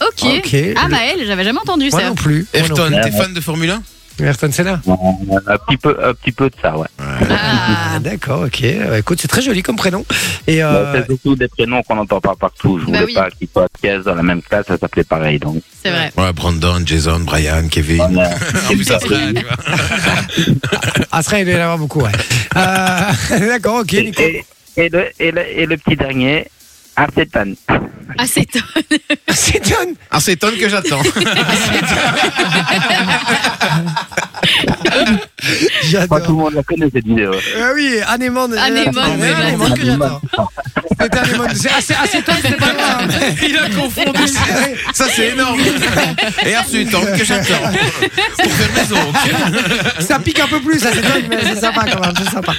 Ok. Ok. Ah, Maël, j'avais jamais entendu Moi ça. non plus. Moi non Ayrton, Ouais, t'es ouais. fan de Formule 1 plus. Ayrton Senna. Euh, Un petit peu, un petit peu de ça, ouais. Ah, Ah. d'accord, ok. Euh, Écoute, c'est très joli comme prénom. Et Bah, euh, C'est surtout des prénoms qu'on n'entend pas partout. Je Bah voulais oui. pas qu'ils soient pièces dans la même classe, ça s'appelait pareil. Donc, C'est vrai. Ouais, Brandon, Jason, Brian, Kevin. voilà. En plus, ça traîne, tu vois. Asra, il doit y en avoir beaucoup, ouais. Euh, d'accord, ok. et, Nico. et- et le, et, le, et le petit dernier, Acétane. Ah, c'est top. C'est John. Ah, c'est Tom que j'attends. Pas tout J'adore. le monde la connaît cette vidéo. Ah, Ah oui, Anémone. Anémone, Ouais, ouais. Anémone que j'adore. C'était Anémone. C'est assez, assez top, c'est pas loin. hein. Il a confondu. Ça, c'est énorme. Et ensuite, Tom que j'attends. Pour faire maison, ok Ça pique un peu plus, ça c'est dingue, mais c'est sympa quand même, c'est sympa.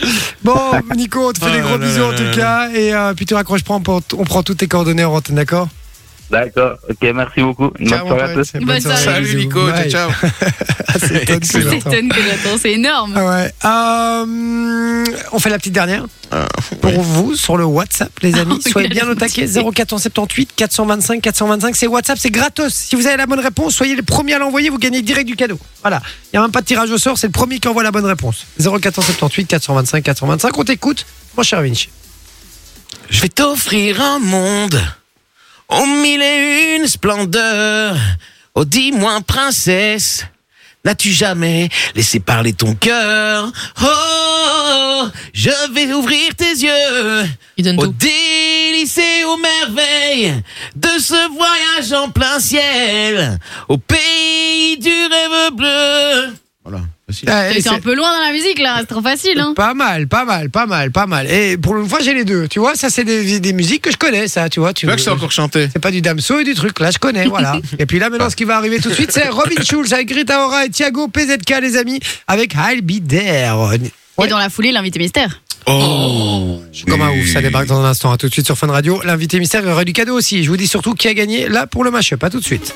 Bon, Nico, on te fait Oh des là gros là bisous là en là tout là. cas, et euh, puis tu raccroches pas, on prend, on prend toutes tes coordonnées en antenne, d'accord D'accord, ok, merci beaucoup. Bonne Ciao, mon soirée à pote, tous. c'est Bonne soirée. Salut, bisous. Nico. Ciao, Bye. ciao. Ah, c'est étonnant, c'est C'est étonnant. ton que j'attends. C'est énorme. Ah ouais. Euh, on fait la petite dernière Euh, pour vous sur le WhatsApp, les amis. Oh, soyez il a bien l'air au taquet. 0478 425 425. C'est WhatsApp, c'est gratos. Si vous avez la bonne réponse, soyez les premiers à l'envoyer. Vous gagnez direct du cadeau. Voilà. Il n'y a même pas de tirage au sort. C'est le premier qui envoie la bonne réponse. 0478 425 425. On t'écoute, mon cher Vinci. Je vais t'offrir un monde aux mille et une splendeurs. Oh, dis-moi, princesse, n'as-tu jamais laissé parler ton cœur Oh, je vais ouvrir tes yeux Il donne aux tout. délices et aux merveilles de ce voyage en plein ciel au pays du rêve bleu. Voilà, facile. Eh, Ah, C'est un peu loin dans la musique là, c'est trop facile. Hein. Pas mal, pas mal, pas mal, pas mal. Et pour une fois, j'ai les deux. Tu vois, ça, c'est des, des musiques que je connais, ça. Tu vois, tu vois que je sais encore chanter. C'est pas du damso et du truc, là je connais, voilà. et puis là maintenant ce qui va arriver tout de suite c'est Robin Schulz avec Rita Ora et Thiago PZK les amis avec I'll Be There. Ouais. Et dans la foulée, l'invité mystère. Oh, je Comme un ouf, ça débarque dans un instant, à tout de suite sur Fun Radio. L'invité mystère il y aura du cadeau aussi. Je vous dis surtout qui a gagné là pour le match, pas tout de suite.